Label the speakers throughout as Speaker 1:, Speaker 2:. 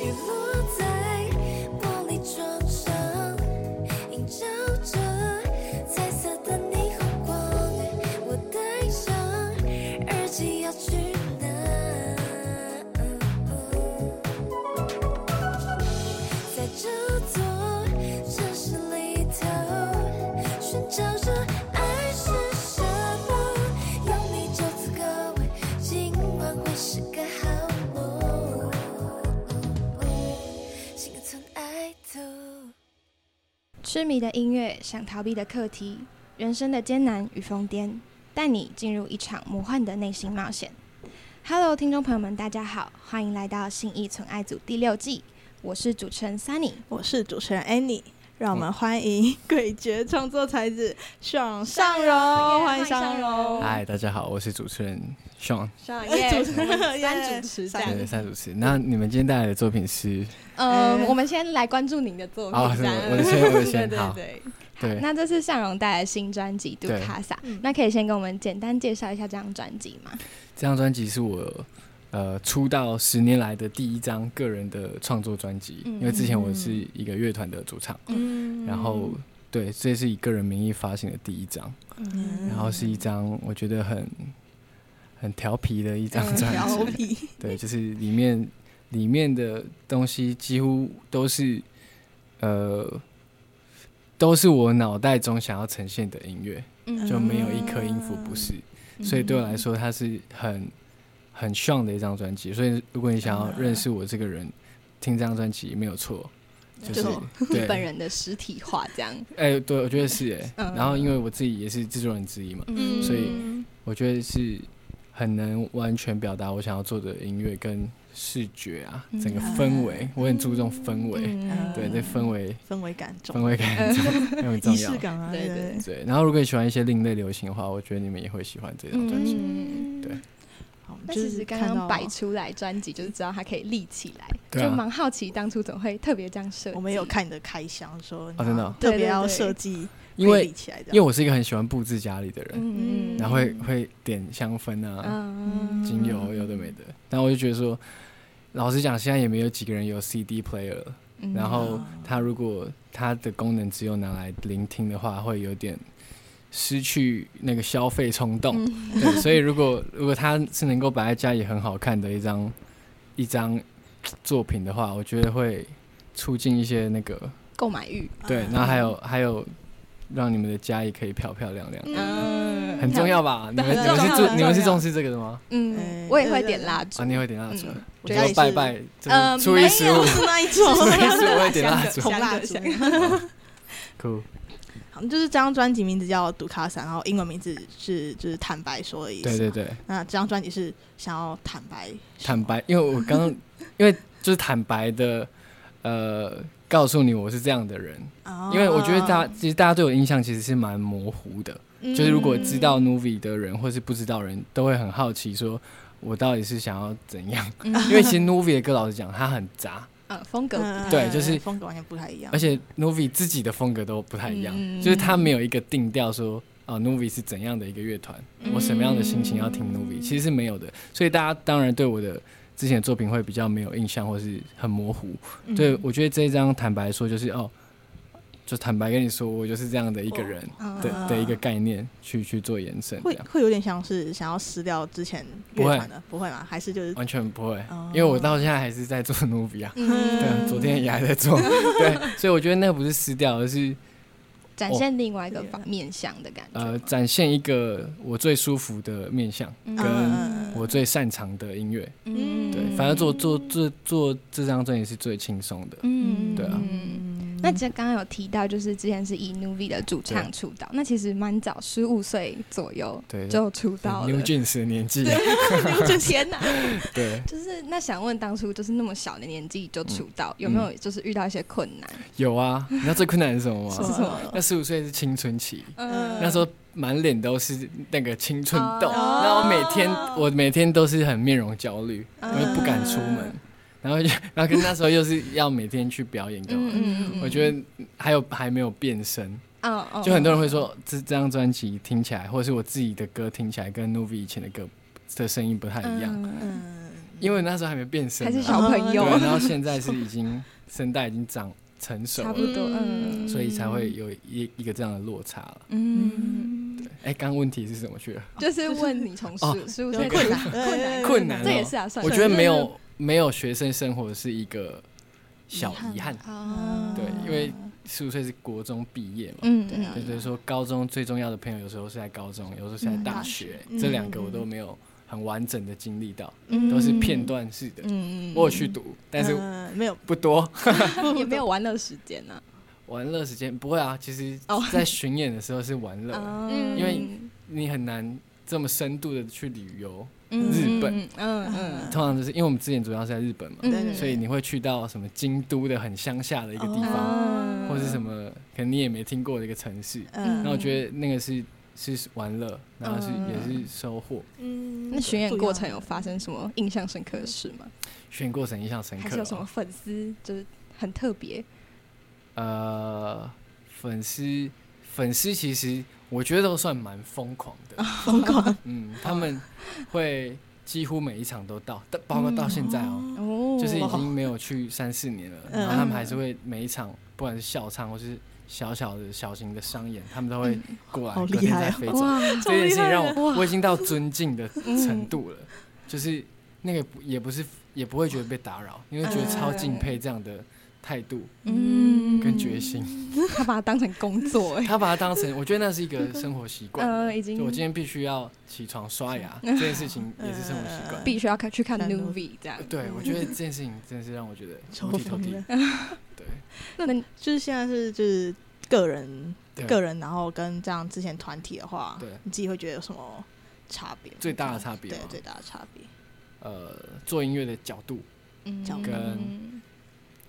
Speaker 1: 雨落在玻璃窗上，映照着彩色的霓虹光。我戴上耳机要去哪？嗯在这座城市里头，寻找着爱是什么？有你就足够，今晚会是个好梦。心存爱图。
Speaker 2: 痴迷的音乐，想逃避的课题，人生的艰难与疯癫，带你进入一场魔幻的内心冒险。Hello，听众朋友们，大家好，欢迎来到《信义存爱组》第六季，我是主持人 Sunny。
Speaker 3: 我是主持人 Annie，让我
Speaker 4: 嗯
Speaker 3: 们欢迎诡谲创作才子向上荣，欢迎上荣，
Speaker 4: 嗨，大家好，我是主持人 Sean，
Speaker 3: 上
Speaker 2: 耶
Speaker 3: 主持
Speaker 2: 我们
Speaker 3: 人哎
Speaker 2: 三主持这样
Speaker 4: 对，三主持。那你们今天带来的作品是？
Speaker 2: 嗯、
Speaker 3: 哎
Speaker 2: 我们先来关注您的作品。
Speaker 4: 哦，是
Speaker 2: 这样
Speaker 4: 我 的先，我的
Speaker 3: 对
Speaker 4: 先，
Speaker 3: 对
Speaker 4: 好，
Speaker 3: 对，
Speaker 4: 对，
Speaker 2: 那这是向荣带来的新专辑《杜
Speaker 4: 对
Speaker 2: 卡萨》
Speaker 3: 嗯，
Speaker 2: 那可以先跟我们简单介绍一下这张专辑吗？
Speaker 4: 这张专辑是我呃出道十年来的第一张个人的创作专辑，
Speaker 2: 嗯
Speaker 4: 因为之前我是一个乐团的主唱，
Speaker 3: 嗯
Speaker 4: 然后对，这是以个人名义发行的第一张，
Speaker 3: 嗯
Speaker 4: 然后是一张我觉得很很调皮的一张
Speaker 3: 嗯
Speaker 4: 专辑，
Speaker 3: 调皮，
Speaker 4: 对，就是里面里面的东西几乎都是呃，都是我脑袋中想要呈现的音乐，
Speaker 2: 嗯
Speaker 4: 就没有一颗音符不是，所以对我来说它是很很炫的一张专辑。所以如果你想要
Speaker 2: 嗯
Speaker 4: 认识我这个人，听这张专辑没有错，就
Speaker 2: 就是是
Speaker 4: 对
Speaker 2: 本人的实体化这样。
Speaker 4: 哎、对我觉得是哎、
Speaker 2: 嗯
Speaker 4: 然后因为我自己也是制作人之一嘛，
Speaker 2: 嗯
Speaker 4: 所以我觉得是很能完全表达我想要做的音乐跟视觉啊，
Speaker 2: 嗯
Speaker 4: 整个氛围，我很注重氛围，
Speaker 2: 嗯
Speaker 4: 对，这氛围
Speaker 3: 氛围感重，
Speaker 4: 氛围感很 重很重
Speaker 3: 仪式
Speaker 4: 要。
Speaker 3: 感啊，
Speaker 2: 对对
Speaker 3: 对，
Speaker 4: 对，然后如果你喜欢一些另类流行的话，我觉得你们也会喜欢这张专辑。
Speaker 2: 嗯
Speaker 4: 对
Speaker 3: 好
Speaker 2: 那
Speaker 3: 就
Speaker 2: 其
Speaker 3: 是
Speaker 2: 实刚
Speaker 3: 看
Speaker 2: 刚
Speaker 3: 到
Speaker 2: 摆出来专辑，就是知道它可以立起来，
Speaker 4: 对
Speaker 2: 就
Speaker 4: 啊
Speaker 2: 蛮好奇当初怎么会特别这样设计。
Speaker 3: 我们有看你的开箱说，
Speaker 4: 真哦的哦
Speaker 3: 特
Speaker 2: 对
Speaker 3: 别
Speaker 2: 对
Speaker 3: 要
Speaker 2: 对
Speaker 3: 设计
Speaker 4: 因
Speaker 3: 配理
Speaker 4: 为
Speaker 3: 起来的，
Speaker 4: 因为我是一个很喜欢布置家里的人，
Speaker 2: 嗯，嗯
Speaker 4: 然后会会点香氛啊、
Speaker 2: 嗯
Speaker 4: 精油有的没的，然后我就觉得说，老实讲，现在也没有几个人有 CD player 了。
Speaker 2: 嗯
Speaker 4: 然后它如果它的功能只有拿来聆听的话，会有点失去那个消费冲动。
Speaker 3: 嗯
Speaker 4: 对，所以如果如果它是能够摆在家里很好看的一张一张作品的话，我觉得会促进一些那个
Speaker 3: 嗯
Speaker 2: 购买欲，
Speaker 4: 对，然后还有还有让你们的家也可以漂漂亮亮。
Speaker 2: 嗯
Speaker 4: 很重要吧？你们
Speaker 3: 很
Speaker 4: 你们
Speaker 3: 重
Speaker 4: 是
Speaker 3: 要
Speaker 4: 注
Speaker 3: 很
Speaker 4: 你们是
Speaker 3: 重要
Speaker 4: 重视这个的吗？
Speaker 2: 嗯，我也会点蜡烛
Speaker 4: 啊，， 你会点蜡烛
Speaker 2: 嗯，
Speaker 3: 我
Speaker 4: 就
Speaker 3: 家里
Speaker 4: 拜
Speaker 3: 是
Speaker 4: 拜，
Speaker 2: 呃
Speaker 4: 就是初一十五
Speaker 3: 不，是那一种，
Speaker 4: 初一十五会点蜡烛，
Speaker 3: 红蜡烛。
Speaker 4: 酷。
Speaker 3: 好，就是这张专辑名字叫《杜卡伞》，然后英文名字是就是坦白说的意思。
Speaker 4: 对对。对，
Speaker 3: 那这张专辑是想要坦白什
Speaker 4: 坦
Speaker 3: 么，
Speaker 4: 白，因为我刚 刚因为就是坦白的，呃，告诉你我是这样的人，
Speaker 3: 哦
Speaker 4: 因为我觉得大家其实大家对我的印象其实是蛮模糊的，
Speaker 2: 嗯
Speaker 4: 就是如果知道 Novi 的人或是不知道的人都会很好奇说。我到底是想要怎样？
Speaker 2: 嗯
Speaker 4: 因为其实 Novi 的歌老实讲，他很杂，
Speaker 2: 嗯，风格不太
Speaker 4: 对就是
Speaker 3: 风格完全不太一样，
Speaker 4: 而且 Novi 自己的风格都不太一样，
Speaker 2: 嗯
Speaker 4: 就是他没有一个定调说啊，Novi 是怎样的一个乐团，我什么样的心情要听 Novi，其实是没有的。所以大家当然对我的之前的作品会比较没有印象，或是很模糊。
Speaker 3: 嗯
Speaker 4: 对，我觉得这一张坦白说就是哦，就坦白跟你说，我就是这样的一个人的、
Speaker 3: 啊
Speaker 4: 的一个概念去去做延伸，这
Speaker 3: 会
Speaker 4: 样
Speaker 3: 会有点像是想要撕掉之前乐
Speaker 4: 不会
Speaker 3: 团的，不会吗？还是就是
Speaker 4: 完全不会，
Speaker 3: 哦
Speaker 4: 因为我到现在还是 在做努比啊，对啊
Speaker 2: 嗯，
Speaker 4: 昨天也还在做，对，所以我觉得那个不是撕掉，而是
Speaker 2: 展现另外一个方面向的感觉吗。
Speaker 4: 呃展现一个我最舒服的面相，
Speaker 2: 嗯
Speaker 4: 跟
Speaker 3: 嗯
Speaker 4: 我最擅长的音乐，
Speaker 2: 嗯
Speaker 4: 对，反而做做做做这张专辑是最轻松的，
Speaker 2: 嗯
Speaker 4: 对啊
Speaker 2: 嗯那这刚刚有提到，就是之前是以 Nuvi 的主唱出道，那其实蛮早，十五岁左右
Speaker 4: 对
Speaker 2: 就出道
Speaker 4: ，New
Speaker 2: 了。
Speaker 4: Jeans 的年纪，
Speaker 2: 就天哪！
Speaker 4: 对，
Speaker 2: 就是那想问，当初就是那么小的年纪就出道，有没
Speaker 4: 嗯
Speaker 2: 有就是遇到一些困难？
Speaker 4: 有啊。你知道最困难是什么
Speaker 3: 什
Speaker 4: 吗？
Speaker 3: 么？
Speaker 4: 那十五岁是青春期，
Speaker 2: 嗯，
Speaker 4: 那时候满脸都是那个青春痘，
Speaker 2: 哦
Speaker 4: 然后我每天我每天都是很面容焦虑，
Speaker 2: 嗯
Speaker 4: 我又不敢出门， 然后就然后跟那时候又是要每天去表演干嘛。
Speaker 2: 嗯
Speaker 4: 我觉得还有还没有变身，
Speaker 2: 嗯嗯
Speaker 4: 就很多人会说这这张专辑听起来，或者是我自己的歌听起来跟 Novi 以前的歌的声音不太一样，
Speaker 2: 嗯
Speaker 3: 嗯，
Speaker 4: 因为那时候还没变身
Speaker 2: 还
Speaker 4: 嘛，
Speaker 2: 是小朋友
Speaker 4: 对，，然后现在是已经声带已经长成熟
Speaker 2: 差不
Speaker 4: 了，
Speaker 2: 多，嗯
Speaker 4: 所以才会有一一个这样的落差了。
Speaker 2: 嗯，
Speaker 4: 哎，刚刚问题是什么去了？
Speaker 2: 就是问你从十十五岁
Speaker 4: 困
Speaker 2: 困难，
Speaker 3: 困难
Speaker 4: 哦困难哦
Speaker 2: 这也是啊，算
Speaker 4: 我觉得没有没有学生生活是一个小遗
Speaker 3: 遗
Speaker 4: 憾
Speaker 3: 憾，
Speaker 2: 啊，
Speaker 4: 对，因为十五岁是国中毕业嘛，
Speaker 2: 嗯
Speaker 3: 对啊
Speaker 4: 对，所以说高中最重要的朋友有时候是在高中，有时候是在大学，
Speaker 3: 嗯
Speaker 4: 这两个我都没有很完整的经历到，
Speaker 2: 嗯
Speaker 4: 都是片段式的。
Speaker 2: 嗯
Speaker 4: 我有去读，但是
Speaker 3: 嗯没有
Speaker 4: 不多。
Speaker 2: 也没有玩乐时间啊呢，
Speaker 4: 玩乐时间不会啊，其实
Speaker 2: 哦，
Speaker 4: 在巡演的时候是玩乐的，
Speaker 2: 嗯
Speaker 4: 因为你很难这么深度的去旅游。
Speaker 2: 嗯
Speaker 4: 日本，
Speaker 2: 嗯嗯
Speaker 4: 通常就是因为我们之前主要是在日本嘛，
Speaker 3: 对对
Speaker 2: 嗯，
Speaker 4: 所以你会去到什么京都的很乡下的一个地方，
Speaker 2: 哦
Speaker 4: 或是什么可能你也没听过的一个城市。
Speaker 3: 嗯
Speaker 4: 那我觉得那个是是玩乐，然后是、
Speaker 3: 嗯
Speaker 4: 也是收获。
Speaker 3: 嗯
Speaker 2: 那巡演过程有发生什么印象深刻的事吗？
Speaker 4: 选过程印象深
Speaker 2: 还
Speaker 4: 刻、
Speaker 2: 是有什么
Speaker 4: 哦。
Speaker 2: 粉丝就是很特别？
Speaker 4: 呃，粉丝粉丝其实我觉得都算蛮疯狂
Speaker 2: 哦
Speaker 4: 的，
Speaker 3: 疯狂，
Speaker 4: 嗯，他们会几乎每一场都到，但包括到现在哦。
Speaker 2: 哦
Speaker 4: 就是已经没有去三四年了，
Speaker 3: 嗯
Speaker 4: 然后他们还是会每一场，不管是校唱或是小小的小型的商演，他们都会
Speaker 2: 嗯
Speaker 4: 过来，
Speaker 3: 好
Speaker 4: 隔
Speaker 3: 厉
Speaker 4: 天
Speaker 3: 害
Speaker 4: 再
Speaker 3: 哦
Speaker 4: 飞走。
Speaker 2: 啊哇，
Speaker 4: 这件事情让
Speaker 2: 这么厉害啊
Speaker 4: 我
Speaker 2: 哇嗯
Speaker 4: 我已经到尊敬的程度了，就是那个也不是也不会觉得被打扰，因为觉得超敬佩这样的态度
Speaker 2: 嗯
Speaker 4: 跟决，心。
Speaker 2: 他把它当成工 作哎，
Speaker 4: 他把它当成，我觉得那是 一个生活习惯。
Speaker 2: 呃，已经
Speaker 4: 就我今天必须要起床刷牙，
Speaker 2: 嗯
Speaker 4: 这件事情也是生活习惯。
Speaker 2: 必须要看去看
Speaker 3: 看
Speaker 2: movie 这样。
Speaker 4: 对，我觉得这件事情真的是让我觉得
Speaker 3: 抽
Speaker 4: 五体投
Speaker 3: 风
Speaker 4: 地
Speaker 3: 了。
Speaker 4: 对
Speaker 2: 那你
Speaker 3: 就是现在是就是个人
Speaker 4: 对，
Speaker 3: 个人，然后跟这样之前团体的话，
Speaker 4: 对
Speaker 3: 你自己会觉得有什么差别？
Speaker 4: 最大的差别
Speaker 3: 对
Speaker 4: 吗
Speaker 3: 最大的差别，
Speaker 4: 呃，做音乐的角度，
Speaker 3: 脚
Speaker 4: 跟
Speaker 3: 嗯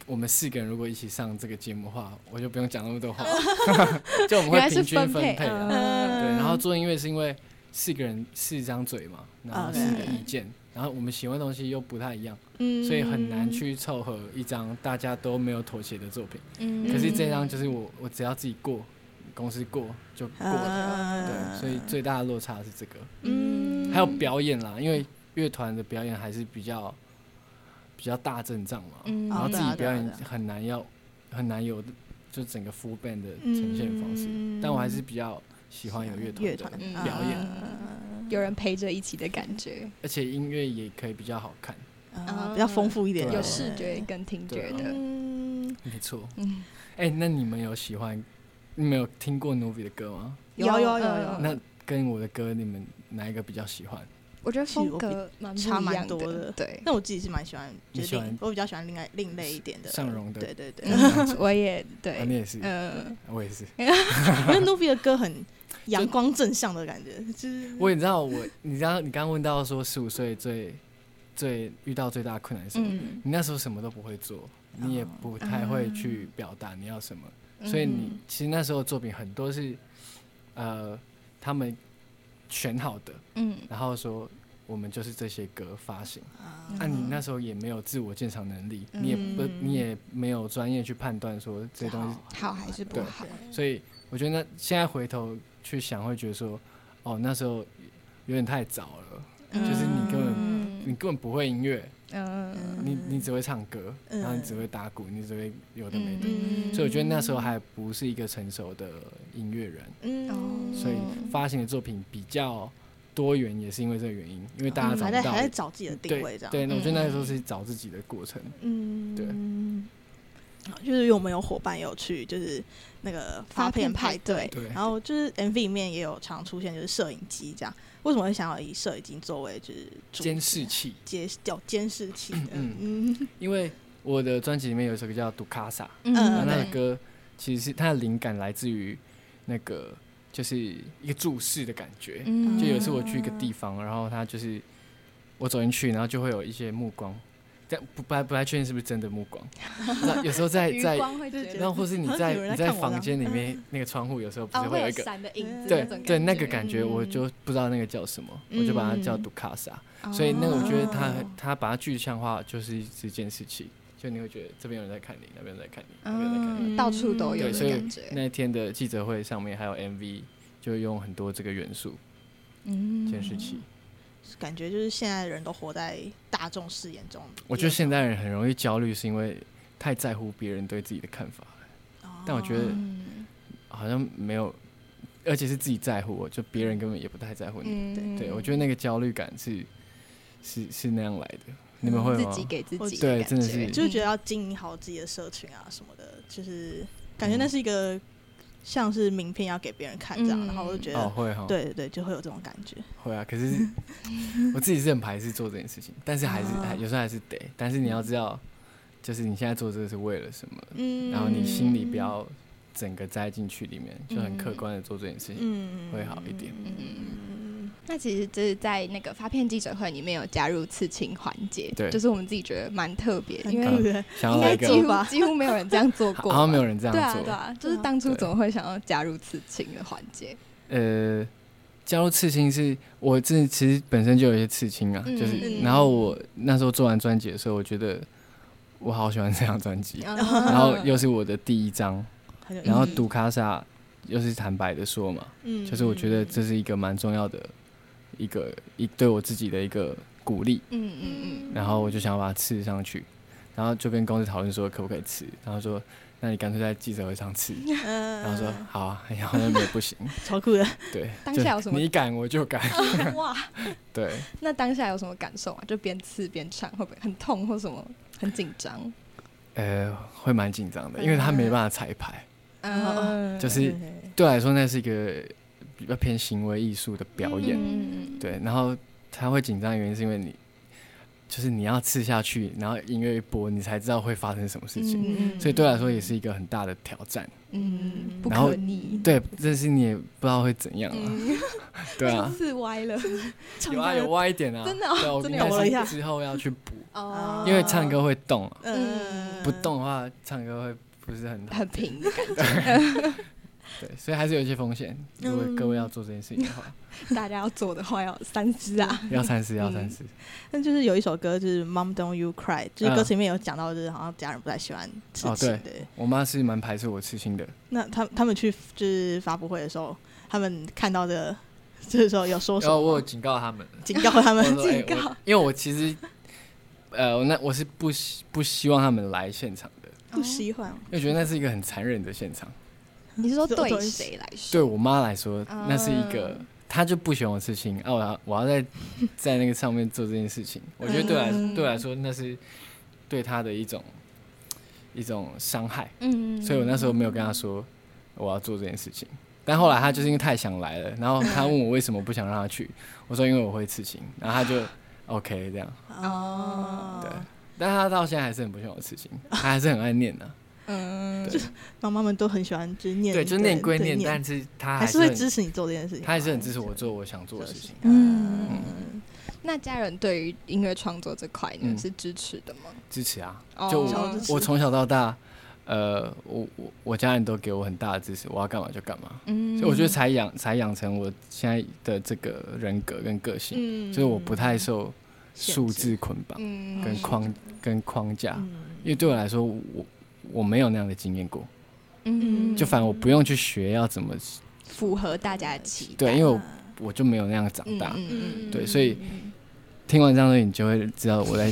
Speaker 4: 我们四个人如果一起上这个节目的话，我就不用讲那么多话， 就我
Speaker 2: 原
Speaker 4: 们会
Speaker 2: 来
Speaker 4: 平
Speaker 2: 是
Speaker 4: 均
Speaker 2: 分
Speaker 4: 分配啊。
Speaker 2: 嗯
Speaker 4: 对，然后做音乐是因为四个人四张嘴嘛，然后
Speaker 2: 啊
Speaker 4: 四个
Speaker 3: OK
Speaker 4: 意见，然后我们喜欢的东西又不太一样，
Speaker 3: 嗯
Speaker 4: 所以很难去凑合一张大家都没有妥协的作品。
Speaker 2: 嗯
Speaker 4: 可是这张就是我，我只要自己过，公司过就过
Speaker 2: 啊
Speaker 4: 了。对，
Speaker 3: 嗯
Speaker 4: 所以最大的落差是这个，
Speaker 3: 嗯
Speaker 4: 还有表演啦，因为乐团的表演还是比较比较大阵仗嘛，
Speaker 2: 嗯
Speaker 4: 然后自
Speaker 3: 哦对
Speaker 4: 己
Speaker 3: 啊
Speaker 4: 表演
Speaker 3: 对啊对
Speaker 4: 很难要很难有就整个 full band 的呈现方式，
Speaker 3: 嗯
Speaker 4: 但我还是比较喜欢有乐
Speaker 3: 乐团
Speaker 4: 团的，
Speaker 2: 嗯
Speaker 4: 表演
Speaker 3: 嗯
Speaker 2: 有人陪着一起的感觉，
Speaker 4: 而且音乐也可以比较好看，
Speaker 3: 啊比较丰富一点，
Speaker 4: 对
Speaker 2: 嗯有视觉跟听觉
Speaker 4: 对
Speaker 2: 的。
Speaker 3: 嗯，
Speaker 4: 没错。
Speaker 2: 嗯，
Speaker 4: 哎，那你们有喜欢，你们有听过 Novi 的歌吗？
Speaker 3: 有有有
Speaker 2: 嗯
Speaker 3: 有，
Speaker 4: 那跟我的歌，你们哪一个比较喜欢？
Speaker 2: 我觉得
Speaker 3: 其实
Speaker 2: 风
Speaker 3: 我
Speaker 2: 格蛮不
Speaker 3: 差
Speaker 2: 一
Speaker 3: 蛮
Speaker 2: 样
Speaker 3: 多的
Speaker 2: 对，
Speaker 3: 那我自己是蛮喜欢，
Speaker 4: 你
Speaker 3: 就是
Speaker 4: 喜欢
Speaker 3: 另我比较喜欢另外另类一点的
Speaker 4: 上容的
Speaker 3: 对对 对，
Speaker 2: 嗯我也
Speaker 4: 啊，你
Speaker 2: 对，
Speaker 4: 也是，
Speaker 2: 嗯，
Speaker 4: 我也是。
Speaker 3: 我觉得 Novi 的歌很阳光正向的感觉，就是
Speaker 4: 我也知道我，你知道你刚刚问到说十五岁最最遇到最大的困难是什么？
Speaker 2: 嗯
Speaker 4: 你那时候什么都不会做，你也不太会去表达你要什么，
Speaker 2: 嗯
Speaker 4: 所以你其实那时候的作品很多是呃他们选好的，
Speaker 2: 嗯
Speaker 4: 然后说我们就是这些歌发行。
Speaker 3: 啊
Speaker 4: 那、你那时候也没有自我鉴赏能力，你也不
Speaker 3: 嗯
Speaker 4: 你也没有专业去判断说这些东西
Speaker 2: 好还是不
Speaker 4: 对
Speaker 2: 好？
Speaker 4: 所以我觉得那现在回头去想，会觉得说，哦，那时候有点太早了，就是你根本你
Speaker 2: 嗯
Speaker 4: 根本不会音乐，
Speaker 2: 嗯
Speaker 4: 你你只会唱歌，
Speaker 3: 嗯
Speaker 4: 然后你只会打鼓，你只会有的没的，
Speaker 3: 嗯
Speaker 4: 所以我觉得那时候还不是一个成熟的音乐人，
Speaker 2: 哦
Speaker 3: 嗯，
Speaker 4: 所以发行的作品比较多元，也是因为这个原因，因为大家找
Speaker 3: 嗯还
Speaker 4: 不
Speaker 3: 在
Speaker 4: 到
Speaker 3: 还在找自己的定位
Speaker 4: 对
Speaker 3: 这样，
Speaker 4: 对，那我觉得那
Speaker 2: 嗯
Speaker 4: 时候是找自己的过程，
Speaker 3: 嗯，
Speaker 4: 对
Speaker 3: 对，就是我们有伙伴有去，就是那个发片派对，
Speaker 4: 对
Speaker 3: 然后就是 MV 里面也有常出现就是摄影机这样，为什么会想要以摄影机作为就是主
Speaker 4: 监视器，
Speaker 3: 监叫监视器的？
Speaker 4: 嗯
Speaker 3: 嗯
Speaker 4: 因为我的专辑里面有一首歌叫《杜卡萨》，
Speaker 2: 嗯
Speaker 4: 然后
Speaker 3: 嗯
Speaker 4: 那首歌其实是它的灵感来自于那个就是一个注视的感觉。
Speaker 2: 嗯
Speaker 4: 就有一次我去一个地方，然后他就是我走进去，然后就会有一些目光，但不不太不太确定是不是真的目光。那有时候在
Speaker 2: 余
Speaker 4: 哎在，
Speaker 2: 光会觉
Speaker 3: 觉
Speaker 2: 得
Speaker 4: 然后或是你
Speaker 3: 好像
Speaker 4: 在
Speaker 3: 有人
Speaker 4: 你
Speaker 3: 在
Speaker 4: 在
Speaker 3: 看我
Speaker 4: 房
Speaker 3: 呢
Speaker 4: 间里面那个窗户，有时候不
Speaker 5: 哦
Speaker 4: 是
Speaker 5: 会
Speaker 4: 会有
Speaker 5: 有
Speaker 4: 一个
Speaker 5: 闪的影子
Speaker 4: 对
Speaker 5: 那种
Speaker 4: 对那个
Speaker 5: 觉
Speaker 4: 感觉，我就不知道那个叫什么，我就把它叫
Speaker 3: 嗯
Speaker 4: 杜卡萨。所以那个我觉得他
Speaker 3: 哦
Speaker 4: 他把它具象化就是这件事情，就你会觉得这边有人在看你，那边有人在看你，那边有人在看你。
Speaker 5: 到处都嗯有
Speaker 4: 对，
Speaker 5: 的
Speaker 4: 所以
Speaker 5: 感觉。
Speaker 4: 那一天的记者会上面还有 MV，就用很多这个元素
Speaker 5: 嗯
Speaker 4: 监视器。
Speaker 3: 感觉就是现在的人都活在大众视野中。
Speaker 4: 我觉得现代人很容易焦虑，是因为太在乎别人对自己的看法，
Speaker 3: 哦，
Speaker 4: 但我觉得
Speaker 5: 嗯
Speaker 4: 好像没有，而且是自己在乎我，就别人根本也不太在乎你。
Speaker 2: 嗯
Speaker 4: 对我觉得那个焦虑感是是是那样来的，你们会
Speaker 5: 嗯自
Speaker 4: 吗？
Speaker 5: 己给自
Speaker 3: 我
Speaker 5: 己
Speaker 4: 对
Speaker 5: 感
Speaker 4: 真的
Speaker 5: 觉
Speaker 4: 是
Speaker 3: 就是觉得要经营好自己的社群啊什么的，就是感
Speaker 4: 嗯
Speaker 3: 觉那是一个像是名片要给别人看这样，
Speaker 2: 嗯
Speaker 3: 然后我就觉
Speaker 4: 哦，
Speaker 3: 得，
Speaker 4: 会哈，
Speaker 3: 对对对，就会有这种感觉。
Speaker 4: 会啊。可是我自己是很排斥做这件事情，但是还是、
Speaker 5: 哦
Speaker 4: 还有时候还是得。但是你
Speaker 5: 嗯
Speaker 4: 要知道，就是你现在做这个是为了什么，
Speaker 3: 嗯
Speaker 4: 然后你心里不要整个栽进去里面，就很
Speaker 5: 嗯
Speaker 4: 客观的做这件事情，
Speaker 3: 嗯
Speaker 4: 会好一点。
Speaker 5: 那其实就是在那个发片记者会里面有加入刺青环节，
Speaker 4: 对
Speaker 5: 就是我们自己觉得蛮特别，
Speaker 3: 很
Speaker 5: 因为
Speaker 3: 特别。
Speaker 4: 想要
Speaker 5: 应该
Speaker 4: 来一个
Speaker 5: 几
Speaker 3: 做 吧
Speaker 5: 乎几乎没有人这样做
Speaker 4: 好
Speaker 5: 过吧，
Speaker 4: 好像没有人这样
Speaker 5: 对啊
Speaker 4: 做。
Speaker 5: 对啊，就是当初怎么会想要加入刺青的环节？
Speaker 4: 呃，加入刺青是我自己其实本身就有一些刺青啊，
Speaker 5: 嗯
Speaker 4: 就是
Speaker 3: 嗯
Speaker 4: 然后我那时候做完专辑的时候，我觉得我好喜欢这张专辑，然
Speaker 5: 然
Speaker 4: 后又是我的第一张，
Speaker 3: 很
Speaker 5: 嗯
Speaker 3: 有
Speaker 4: 然后
Speaker 3: 意义
Speaker 4: 杜卡萨又是坦白的说嘛，
Speaker 3: 嗯
Speaker 4: 就是我觉得这是一个蛮重要的一个一对我自己的一个鼓励，
Speaker 5: 嗯嗯
Speaker 4: 然后我就想要把它刺上去，然后就跟公司讨论说可不可以刺，然后说那你干脆在记者会上刺，
Speaker 3: 嗯
Speaker 4: 然后说好啊，然后那边不 行，
Speaker 3: 超酷的，
Speaker 4: 对，
Speaker 5: 当
Speaker 4: 就
Speaker 5: 下有什么
Speaker 4: 你敢我就敢，
Speaker 5: 嗯， 哇，
Speaker 4: 对，
Speaker 5: 那当下有什么感受啊？就边刺边唱，会不会很痛或什么？很紧张？
Speaker 4: 呃，会蛮紧张的，因为他没办法彩排，
Speaker 5: 嗯，
Speaker 4: 就是对我来说那是一个比较偏行为艺术的表演，
Speaker 5: 嗯
Speaker 4: 对，然后他会紧张的原因是因为你就是你要刺下去，然后音乐一播，你才知道会发生什么事情，
Speaker 5: 嗯
Speaker 4: 所以对我来说也是一个很大的挑战，
Speaker 5: 嗯，不
Speaker 4: 然后
Speaker 5: 可逆，
Speaker 4: 对，但是你也不知道会怎样
Speaker 5: 嗯
Speaker 4: 啊，对 啊。
Speaker 5: 刺歪了，
Speaker 4: 有啊，有歪一点啊，
Speaker 5: 真的哦
Speaker 4: 对，我
Speaker 5: 真
Speaker 4: 应
Speaker 5: 的
Speaker 4: 该
Speaker 3: 有了一下
Speaker 4: 是之后要去补，
Speaker 5: 哦
Speaker 4: 因为唱歌会动啊，
Speaker 3: 嗯
Speaker 4: 不动的话唱歌会不是很好，
Speaker 5: 很平 的感觉，
Speaker 4: 对，所以还是有一些风险。如果各位要做这件事情的话，
Speaker 5: 大家要做的话要三思啊。
Speaker 4: 要三思，要三思。
Speaker 3: 但就是有一首歌就是《Mom Don't You Cry》，就是
Speaker 4: 嗯
Speaker 3: 歌词里面有讲到，就是好像家人不太喜欢刺
Speaker 4: 哦
Speaker 3: 青
Speaker 4: 对
Speaker 3: 的。
Speaker 4: 我妈是蛮排斥我刺青的，
Speaker 3: 那他他们去就是发布会的时候，他们看到的，就是说有说什
Speaker 4: 然后哦我有
Speaker 3: 么，
Speaker 4: 警告他们，
Speaker 3: 警告他
Speaker 4: 我
Speaker 3: 们。
Speaker 4: 说，哎，我因为我其实，呃，我那我是不希不希望他们来现场的，
Speaker 3: 不喜欢，
Speaker 4: 因为觉得那是一个很残忍的现场。
Speaker 5: 嗯你是说对谁来说？
Speaker 4: 对我妈来说，那是一个，她就不喜欢我刺青啊，我要我要在在那个上面做这件事情，我觉得对我来
Speaker 5: 嗯
Speaker 4: 对我来说那是对她的一种一种伤害，
Speaker 5: 嗯
Speaker 4: 所以我那时候没有跟她说我要做这件事情。但后来她就是因为太想来了，然后她问我为什么不想让她去，我说因为我会刺青，然后她就 OK 这样，
Speaker 3: 哦，
Speaker 4: 对。但她到现在还是很不喜欢我刺青，她还是很爱念的、
Speaker 5: 嗯，
Speaker 3: 妈妈们都很喜欢，就是 念
Speaker 4: 对，就念归
Speaker 3: 对
Speaker 4: 念，
Speaker 3: 念，
Speaker 4: 但是她
Speaker 3: 还
Speaker 4: 是
Speaker 3: 是会
Speaker 4: 很
Speaker 3: 支持你啊做这件事情。
Speaker 4: 她还是很支持我做我想做的事情。
Speaker 3: 嗯，
Speaker 5: 那家人对于音乐创作这块呢
Speaker 4: 嗯
Speaker 5: 是支持的吗？
Speaker 4: 支持啊
Speaker 5: 哦！
Speaker 4: 就
Speaker 3: 小支
Speaker 4: 我
Speaker 3: 持
Speaker 4: 我从小到大，呃，我我我家人都给我很大的支持，我要干嘛就干嘛，
Speaker 5: 嗯
Speaker 4: 所以我觉得才养才养成我现在的这个人格跟个性，
Speaker 3: 嗯
Speaker 4: 就是我不太受
Speaker 3: 限
Speaker 4: 数
Speaker 3: 制
Speaker 4: 字捆绑
Speaker 5: 嗯
Speaker 4: 跟框跟框架，
Speaker 3: 嗯
Speaker 4: 因为对我来说，我我没有那样的经验过，
Speaker 5: 嗯
Speaker 4: 就反正我不用去学要怎么
Speaker 5: 符合大家的期待。
Speaker 4: 对，因为我我就没有那样长
Speaker 5: 嗯
Speaker 4: 大，
Speaker 5: 嗯
Speaker 4: 对，所以听完这张专辑，你就会知道 我在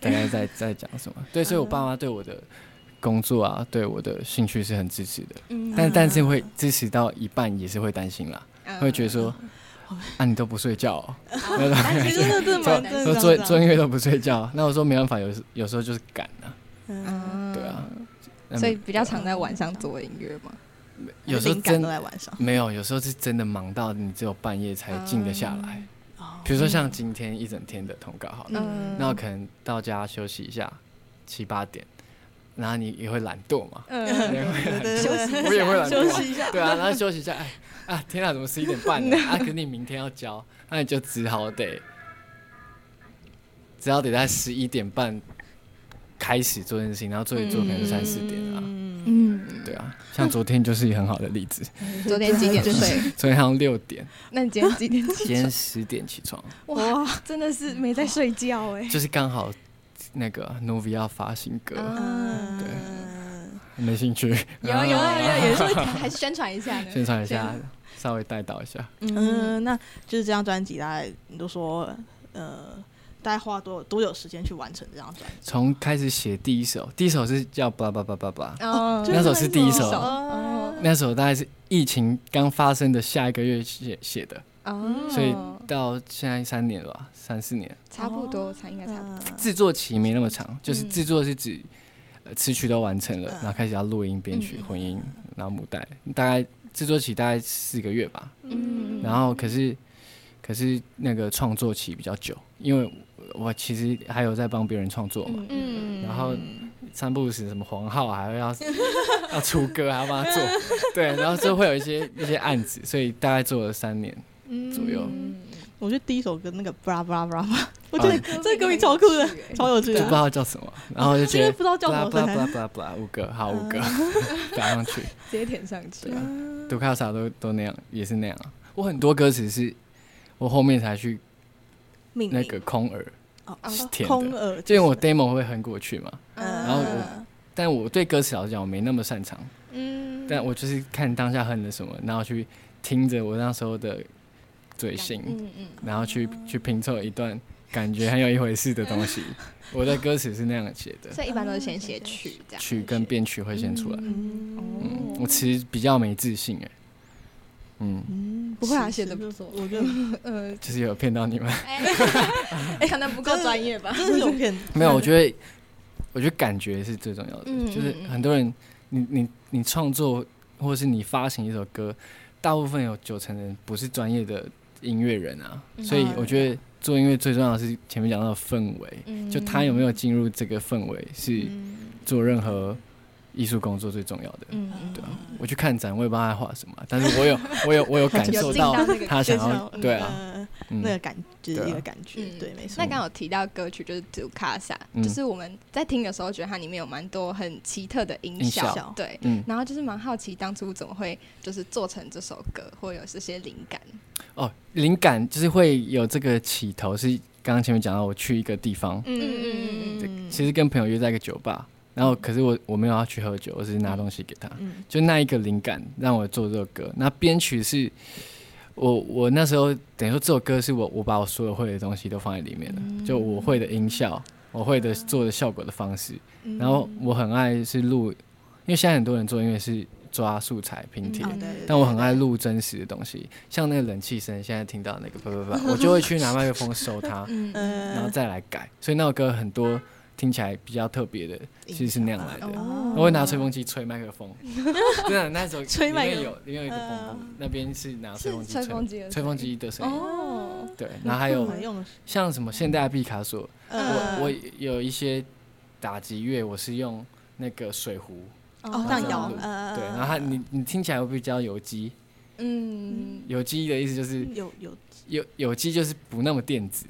Speaker 4: 大概在在讲什么。对，所
Speaker 5: 嗯
Speaker 4: 以我爸妈对我的工作啊，对我的兴趣是很支持的，
Speaker 5: 嗯
Speaker 4: 但但是会支持到一半也是会担心啦，
Speaker 3: 嗯
Speaker 5: 嗯
Speaker 4: 会觉得说啊你都不睡觉、哦，
Speaker 3: 其实真的蛮
Speaker 5: 嗯
Speaker 4: 说
Speaker 3: 正
Speaker 4: 做
Speaker 3: 常
Speaker 4: 做
Speaker 3: 的。
Speaker 4: 音乐都不睡觉，那我说没办法，有时有时候就是赶啊，
Speaker 3: 嗯，
Speaker 4: 对啊，那
Speaker 5: 所以比较常在晚上做音乐嘛。
Speaker 4: 有时候
Speaker 3: 灵感
Speaker 4: 真
Speaker 3: 都在晚上。
Speaker 4: 没有，有时候是真的忙到你只有半夜才静得下来。
Speaker 5: 嗯
Speaker 3: 哦
Speaker 4: 比如说像今天一整天的通告好了，
Speaker 3: 嗯
Speaker 4: 那我可能到家休息一下，七八点，然后你也会懒惰嘛，
Speaker 3: 嗯
Speaker 4: 也会懒
Speaker 3: 对对
Speaker 4: 惰
Speaker 3: 对对
Speaker 4: 我也会懒
Speaker 3: 休
Speaker 4: 惰啊，
Speaker 3: 息一下，
Speaker 4: 对啊，然后休息一下，哎啊，天啊，怎么十一点半 了？啊，可是你明天要交，那你就只好得，只好得在十一点半开始做这件事情，然后做一做可能三四点啊，
Speaker 3: 嗯，
Speaker 2: 嗯，
Speaker 4: 对啊，像昨天就是一个很好的例 子，
Speaker 5: 昨天几点睡？
Speaker 4: 昨天好像六点，
Speaker 2: 那你今天几点起？
Speaker 4: 今天十点起床，
Speaker 2: 哇，真的是没在睡觉哎、
Speaker 4: 就是刚好那个 Novia 发新歌，
Speaker 3: 嗯
Speaker 2: 啊，
Speaker 4: 没兴趣，
Speaker 5: 有 有有有，有时候还宣传一下呢。
Speaker 4: 宣传一下，稍微带到一下。
Speaker 3: 嗯，那就是这张专辑，大概你都说，呃，大概花多多久时间去完成这张专辑？
Speaker 4: 从开始写第一首，第一首是叫巴拉巴拉巴拉巴拉，
Speaker 5: 哦
Speaker 4: 嗯那首是第一首
Speaker 3: 哦
Speaker 4: 那首大概是疫情刚发生的下一个月写写的，
Speaker 5: 哦
Speaker 4: 所以到现在三年了吧，三四年。
Speaker 5: 差不多，才应该差不多。
Speaker 3: 嗯
Speaker 4: 制作期没那么长，就是
Speaker 5: 嗯
Speaker 4: 制作是指呃词曲都完成了，
Speaker 3: 嗯
Speaker 4: 然后开始要录音、编曲、
Speaker 5: 嗯
Speaker 4: 混音，然后母带，大概制作期大概四个月吧。
Speaker 5: 嗯
Speaker 4: 然后可是可是那个创作期比较久，因为我其实还有在帮别人创作嘛，
Speaker 5: 嗯
Speaker 4: 然后三不五时什么黄浩还 会要要出歌，还要帮他做，对，然后就会有 一些一些案子，所以大概做了三年左右。
Speaker 3: 嗯我觉得第一首歌那个布拉布拉布拉，我
Speaker 4: 啊
Speaker 3: 觉得这个歌名超酷的，超有趣
Speaker 4: 就
Speaker 3: 的
Speaker 4: 不知。道叫什么，然后就
Speaker 3: 啊这
Speaker 4: 觉得
Speaker 3: 个不知道叫什么
Speaker 4: 不啦
Speaker 3: 才
Speaker 4: 不啦不啦不啦，五个好五个
Speaker 3: 嗯
Speaker 4: 打上去，
Speaker 5: 直接填上去
Speaker 4: 对。啊，读卡萨都都那样，也是那样啊。我很多歌词是我后面才去
Speaker 3: 命
Speaker 4: 那
Speaker 3: 名
Speaker 4: 个空耳
Speaker 3: 哦
Speaker 4: 是填
Speaker 3: 空
Speaker 4: 的，
Speaker 3: 耳，
Speaker 4: 就因为我 demo 会哼过去嘛，
Speaker 3: 嗯，
Speaker 4: 然后我但我对歌词老实讲我没那么擅长，
Speaker 3: 嗯
Speaker 4: 但我就是看当下哼的什么，然后去听着我那时候的嘴型，
Speaker 5: 嗯嗯，
Speaker 4: 然后去去拼凑一段感觉很有一回事的 东西。我的歌词是那样写的，
Speaker 5: 所以一般都是先写曲这样。
Speaker 4: 曲跟编曲会先出来。嗯，我
Speaker 5: 哦，
Speaker 4: 其实比较没自信哎、嗯，
Speaker 3: 嗯，
Speaker 5: 不会啊
Speaker 3: 是
Speaker 5: 写得
Speaker 3: 是
Speaker 5: 不错
Speaker 3: 我觉得
Speaker 5: 呃，哎
Speaker 4: 就是有骗到你们，
Speaker 5: 可能不够专业吧。
Speaker 3: 真是有骗，
Speaker 4: 没有？我觉得，我觉得感觉是最重要的，
Speaker 5: 嗯
Speaker 4: 就是
Speaker 5: 嗯嗯
Speaker 4: 很多人，你你你创作或是你发行一首歌，大部分有九成人不是专业的音乐人啊，
Speaker 5: 嗯
Speaker 4: 所以我觉得做音乐最重要的是前面讲到的氛围，
Speaker 5: 嗯
Speaker 4: 就他有没有进入这个氛围，是
Speaker 3: 嗯
Speaker 4: 做任何艺术工作最重要的。
Speaker 5: 嗯
Speaker 4: 对啊，我去看展，我也不知道他画什么啊，但是我有我有我有感受到
Speaker 5: 有进到那个
Speaker 4: 他想要
Speaker 3: 介绍
Speaker 4: 对啊，
Speaker 3: 呃
Speaker 4: 嗯
Speaker 3: 那个感就是一个感觉，
Speaker 5: 嗯
Speaker 3: 对，没错
Speaker 5: 那。刚好提到歌曲就是《d u c a s a
Speaker 4: 嗯
Speaker 5: 就是我们在听的时候觉得它里面有蛮多很奇特的音
Speaker 4: 音
Speaker 5: 效
Speaker 3: 效，
Speaker 5: 对。
Speaker 4: 嗯，
Speaker 5: 然后就是蛮好奇当初怎么会就是做成这首歌，或有这些灵感。
Speaker 4: 哦，灵感就是会有这个起头，是刚刚前面讲到我去一个地方，
Speaker 3: 嗯
Speaker 5: 嗯
Speaker 3: 嗯
Speaker 4: 其实跟朋友约在一个酒吧，然后可是我我没有要去喝酒，我只是拿东西给他，
Speaker 3: 嗯
Speaker 4: 就那一个灵感让我做这首歌。那编曲是我我那时候等于说这首歌是我我把我所有会的东西都放在里面
Speaker 3: 嗯
Speaker 4: 了，就我会的音效，我会的做的效果的方式，
Speaker 3: 嗯
Speaker 4: 然后我很爱是录，因为现在很多人做音乐是抓素材拼贴
Speaker 3: 哦，对对对
Speaker 4: 但我很爱录真实的东西，像那个冷气声，现在听到那个叭 叭叭，我就会去拿麦克风收它，
Speaker 3: 嗯
Speaker 4: 然后再来改，所以那首歌很多听起来比较特别的，其实是那样来的。
Speaker 3: 哦
Speaker 4: 我会拿吹风机吹麦克风，真的那首
Speaker 3: 吹
Speaker 4: 里
Speaker 3: 麦克
Speaker 4: 面有里面有一个嘣嘣，那边是拿吹风机
Speaker 5: 吹风机
Speaker 4: 吹
Speaker 5: 的
Speaker 4: 吹风机的声音，
Speaker 5: 哦，
Speaker 4: 对，然后还有
Speaker 3: 蛮呃用的
Speaker 4: 像什么现代毕卡索，
Speaker 3: 呃
Speaker 4: 我我有一些打击乐，我是用那个水壶，
Speaker 3: 哦这样摇
Speaker 4: 嗯
Speaker 3: 呃
Speaker 4: 对，然后它你你听起来会比较有机，
Speaker 5: 嗯，
Speaker 4: 有机的意思就是
Speaker 3: 有有
Speaker 4: 有有机就是不那么电子，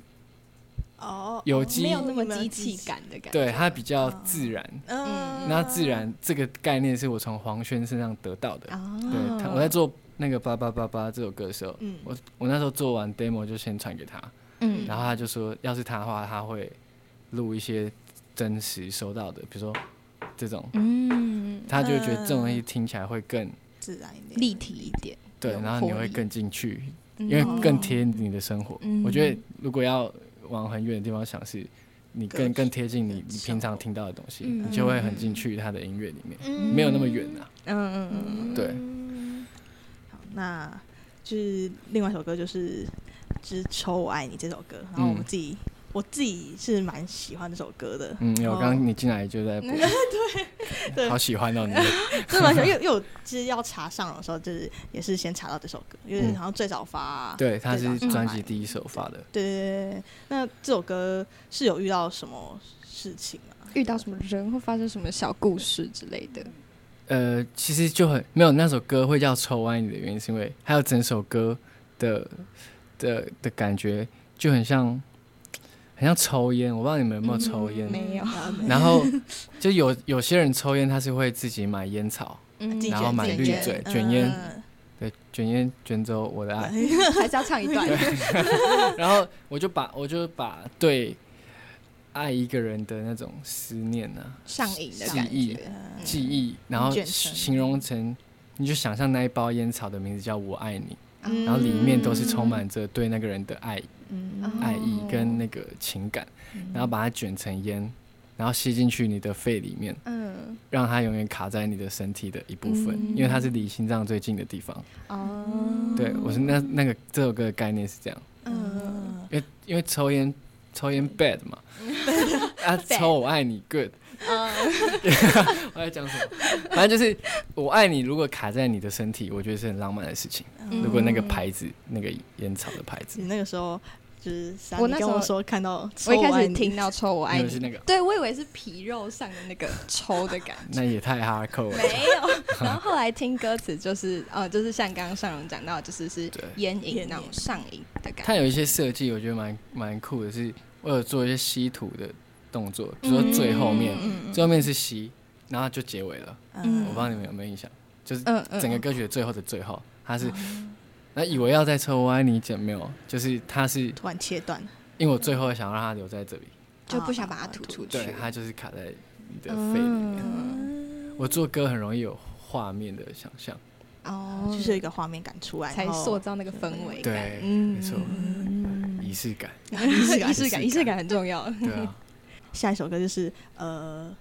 Speaker 3: 哦
Speaker 4: 有
Speaker 5: 没
Speaker 4: 机
Speaker 5: 有那么机器感的感觉。
Speaker 4: 对它比较自然。
Speaker 3: 嗯
Speaker 4: 那自然这个概念是我从黄轩身上得到的。
Speaker 5: 啊，
Speaker 4: 对，他我在做那个八八八八这首歌的时候，
Speaker 3: 嗯
Speaker 4: 我我那时候做完 demo 就先传给他，
Speaker 5: 嗯
Speaker 4: 然后他就说，要是他的话，他会录一些真实收到的，比如说这种，
Speaker 5: 嗯，
Speaker 4: 他就会觉得这种东西听起来会更
Speaker 3: 自然一点
Speaker 5: 立体一点，嗯
Speaker 4: 对，
Speaker 5: 有
Speaker 4: 然后你
Speaker 5: 魄
Speaker 4: 会
Speaker 5: 力
Speaker 4: 更进去，
Speaker 5: 因
Speaker 4: 因为更贴你的生活。
Speaker 5: 嗯
Speaker 4: 我觉得如果要往很远的地方想，是你更
Speaker 3: 歌曲
Speaker 4: 更贴近你
Speaker 3: 的
Speaker 4: 你
Speaker 3: 效
Speaker 4: 平常
Speaker 3: 果
Speaker 4: 听到的东西，
Speaker 5: 嗯
Speaker 4: 你就会很进去他的音乐里面，
Speaker 5: 嗯
Speaker 4: 没有那么远啊。
Speaker 5: 嗯嗯
Speaker 4: 对，
Speaker 3: 好，那就是另外一首歌就是《只抽我爱你》这首歌，然后我们自己我自己是蛮喜欢这首歌的，
Speaker 4: 嗯，因为我
Speaker 3: 哦
Speaker 4: 刚刚你进来就在播，
Speaker 3: 对
Speaker 4: 好喜欢哦你，
Speaker 3: 真的 蛮喜欢，因为因为我其实要查上的时候，就是也是先查到这首歌，因为
Speaker 4: 嗯
Speaker 3: 好像最早发、
Speaker 4: 对，他是专辑
Speaker 3: 一。
Speaker 4: 第一首发的，
Speaker 3: 对对对对，那这首歌是有遇到什么事情啊？
Speaker 5: 遇到什么人或发生什么小故事之类的，
Speaker 4: 呃，其实就很没有那首歌会叫《抽歪你》的原因，是因为还有整首歌的的的感觉就很像，很像抽烟。我不知道你们有没有抽烟，
Speaker 5: 没有
Speaker 3: 啊没
Speaker 4: 然后就有有些人抽烟，他是会自己买烟草，
Speaker 5: 嗯
Speaker 3: 自己
Speaker 4: 然后
Speaker 3: 卷
Speaker 4: 买
Speaker 3: 自己卷
Speaker 4: 绿嘴
Speaker 3: 嗯
Speaker 4: 卷烟对，卷烟卷走我 的爱。
Speaker 5: 还是要唱一段。
Speaker 4: 然后我就把我就把对爱一个人的那种思念啊、
Speaker 5: 上瘾的
Speaker 4: 记
Speaker 5: 感
Speaker 4: 忆
Speaker 5: 觉，
Speaker 3: 嗯
Speaker 4: 记忆，然后
Speaker 3: 卷成
Speaker 4: 形容成，你就想象那一包烟草的名字叫“我爱你”，
Speaker 3: 嗯
Speaker 4: 然后里面都是充满着对那个人的爱、
Speaker 3: 嗯
Speaker 4: 爱意跟那个情感，然后把它卷成烟，然后吸进去你的肺里面，
Speaker 5: 嗯，
Speaker 4: 让它永远卡在你的身体的一部分，
Speaker 3: 嗯
Speaker 4: 因为它是离心脏最近的地方。
Speaker 5: 哦，
Speaker 4: 对我是那那个这首歌的概念是这样，
Speaker 3: 嗯
Speaker 4: 因为因为抽烟抽烟 bad 嘛，啊抽我爱你 good。我在讲什么？反正就是我爱你。如果卡在你的身体，我觉得是很浪漫的事情。如果那个
Speaker 5: 嗯
Speaker 4: 牌子，那个烟草的牌子
Speaker 3: 你，那个时候就是莎
Speaker 5: 我
Speaker 3: 莉
Speaker 5: 那时
Speaker 3: 跟
Speaker 5: 候
Speaker 3: 我说看到，
Speaker 5: 我一开
Speaker 3: 抽
Speaker 5: 始
Speaker 3: 完
Speaker 5: 听到抽我爱
Speaker 4: 因为
Speaker 5: 你
Speaker 4: 是，那个，
Speaker 5: 对我以为是皮肉上的那个抽的感觉，
Speaker 4: 那也太哈扣了。
Speaker 5: 没 有。然后后来听歌词，就是呃，就是像刚刚尚荣讲到，就是是
Speaker 4: 对
Speaker 5: 烟
Speaker 3: 烟瘾
Speaker 5: 瘾那种上瘾的感
Speaker 4: 它
Speaker 5: 觉。
Speaker 4: 有一些设计，我觉得蛮蛮酷的是，我有做一些吸土的动作，比如说最后面，
Speaker 5: 嗯
Speaker 4: 最后面是吸，然后就结尾了。
Speaker 3: 嗯
Speaker 4: 我不知道你们有没有印象，就是
Speaker 5: 嗯嗯，哦
Speaker 4: 整个歌曲的最后的最后，它是。那以为要再抽我爱你，姐没有，就是它是
Speaker 3: 突然切断，
Speaker 4: 因为我最后想让它留在这里，
Speaker 5: 就不想把它吐出去。
Speaker 4: 对，它就是卡在你的
Speaker 5: 嗯
Speaker 4: 肺里面。我做歌很容易有画面的想象，
Speaker 5: 哦，
Speaker 3: 就是有一个画面感出来，
Speaker 5: 才
Speaker 3: 然后
Speaker 5: 塑造那个氛围感。
Speaker 4: 对，没错，仪式感，
Speaker 5: 仪式感，
Speaker 4: 仪
Speaker 5: 仪
Speaker 4: 式
Speaker 5: 式
Speaker 4: 感
Speaker 5: 感，仪式感很重要。
Speaker 4: 对啊，
Speaker 3: 下一首歌就是呃，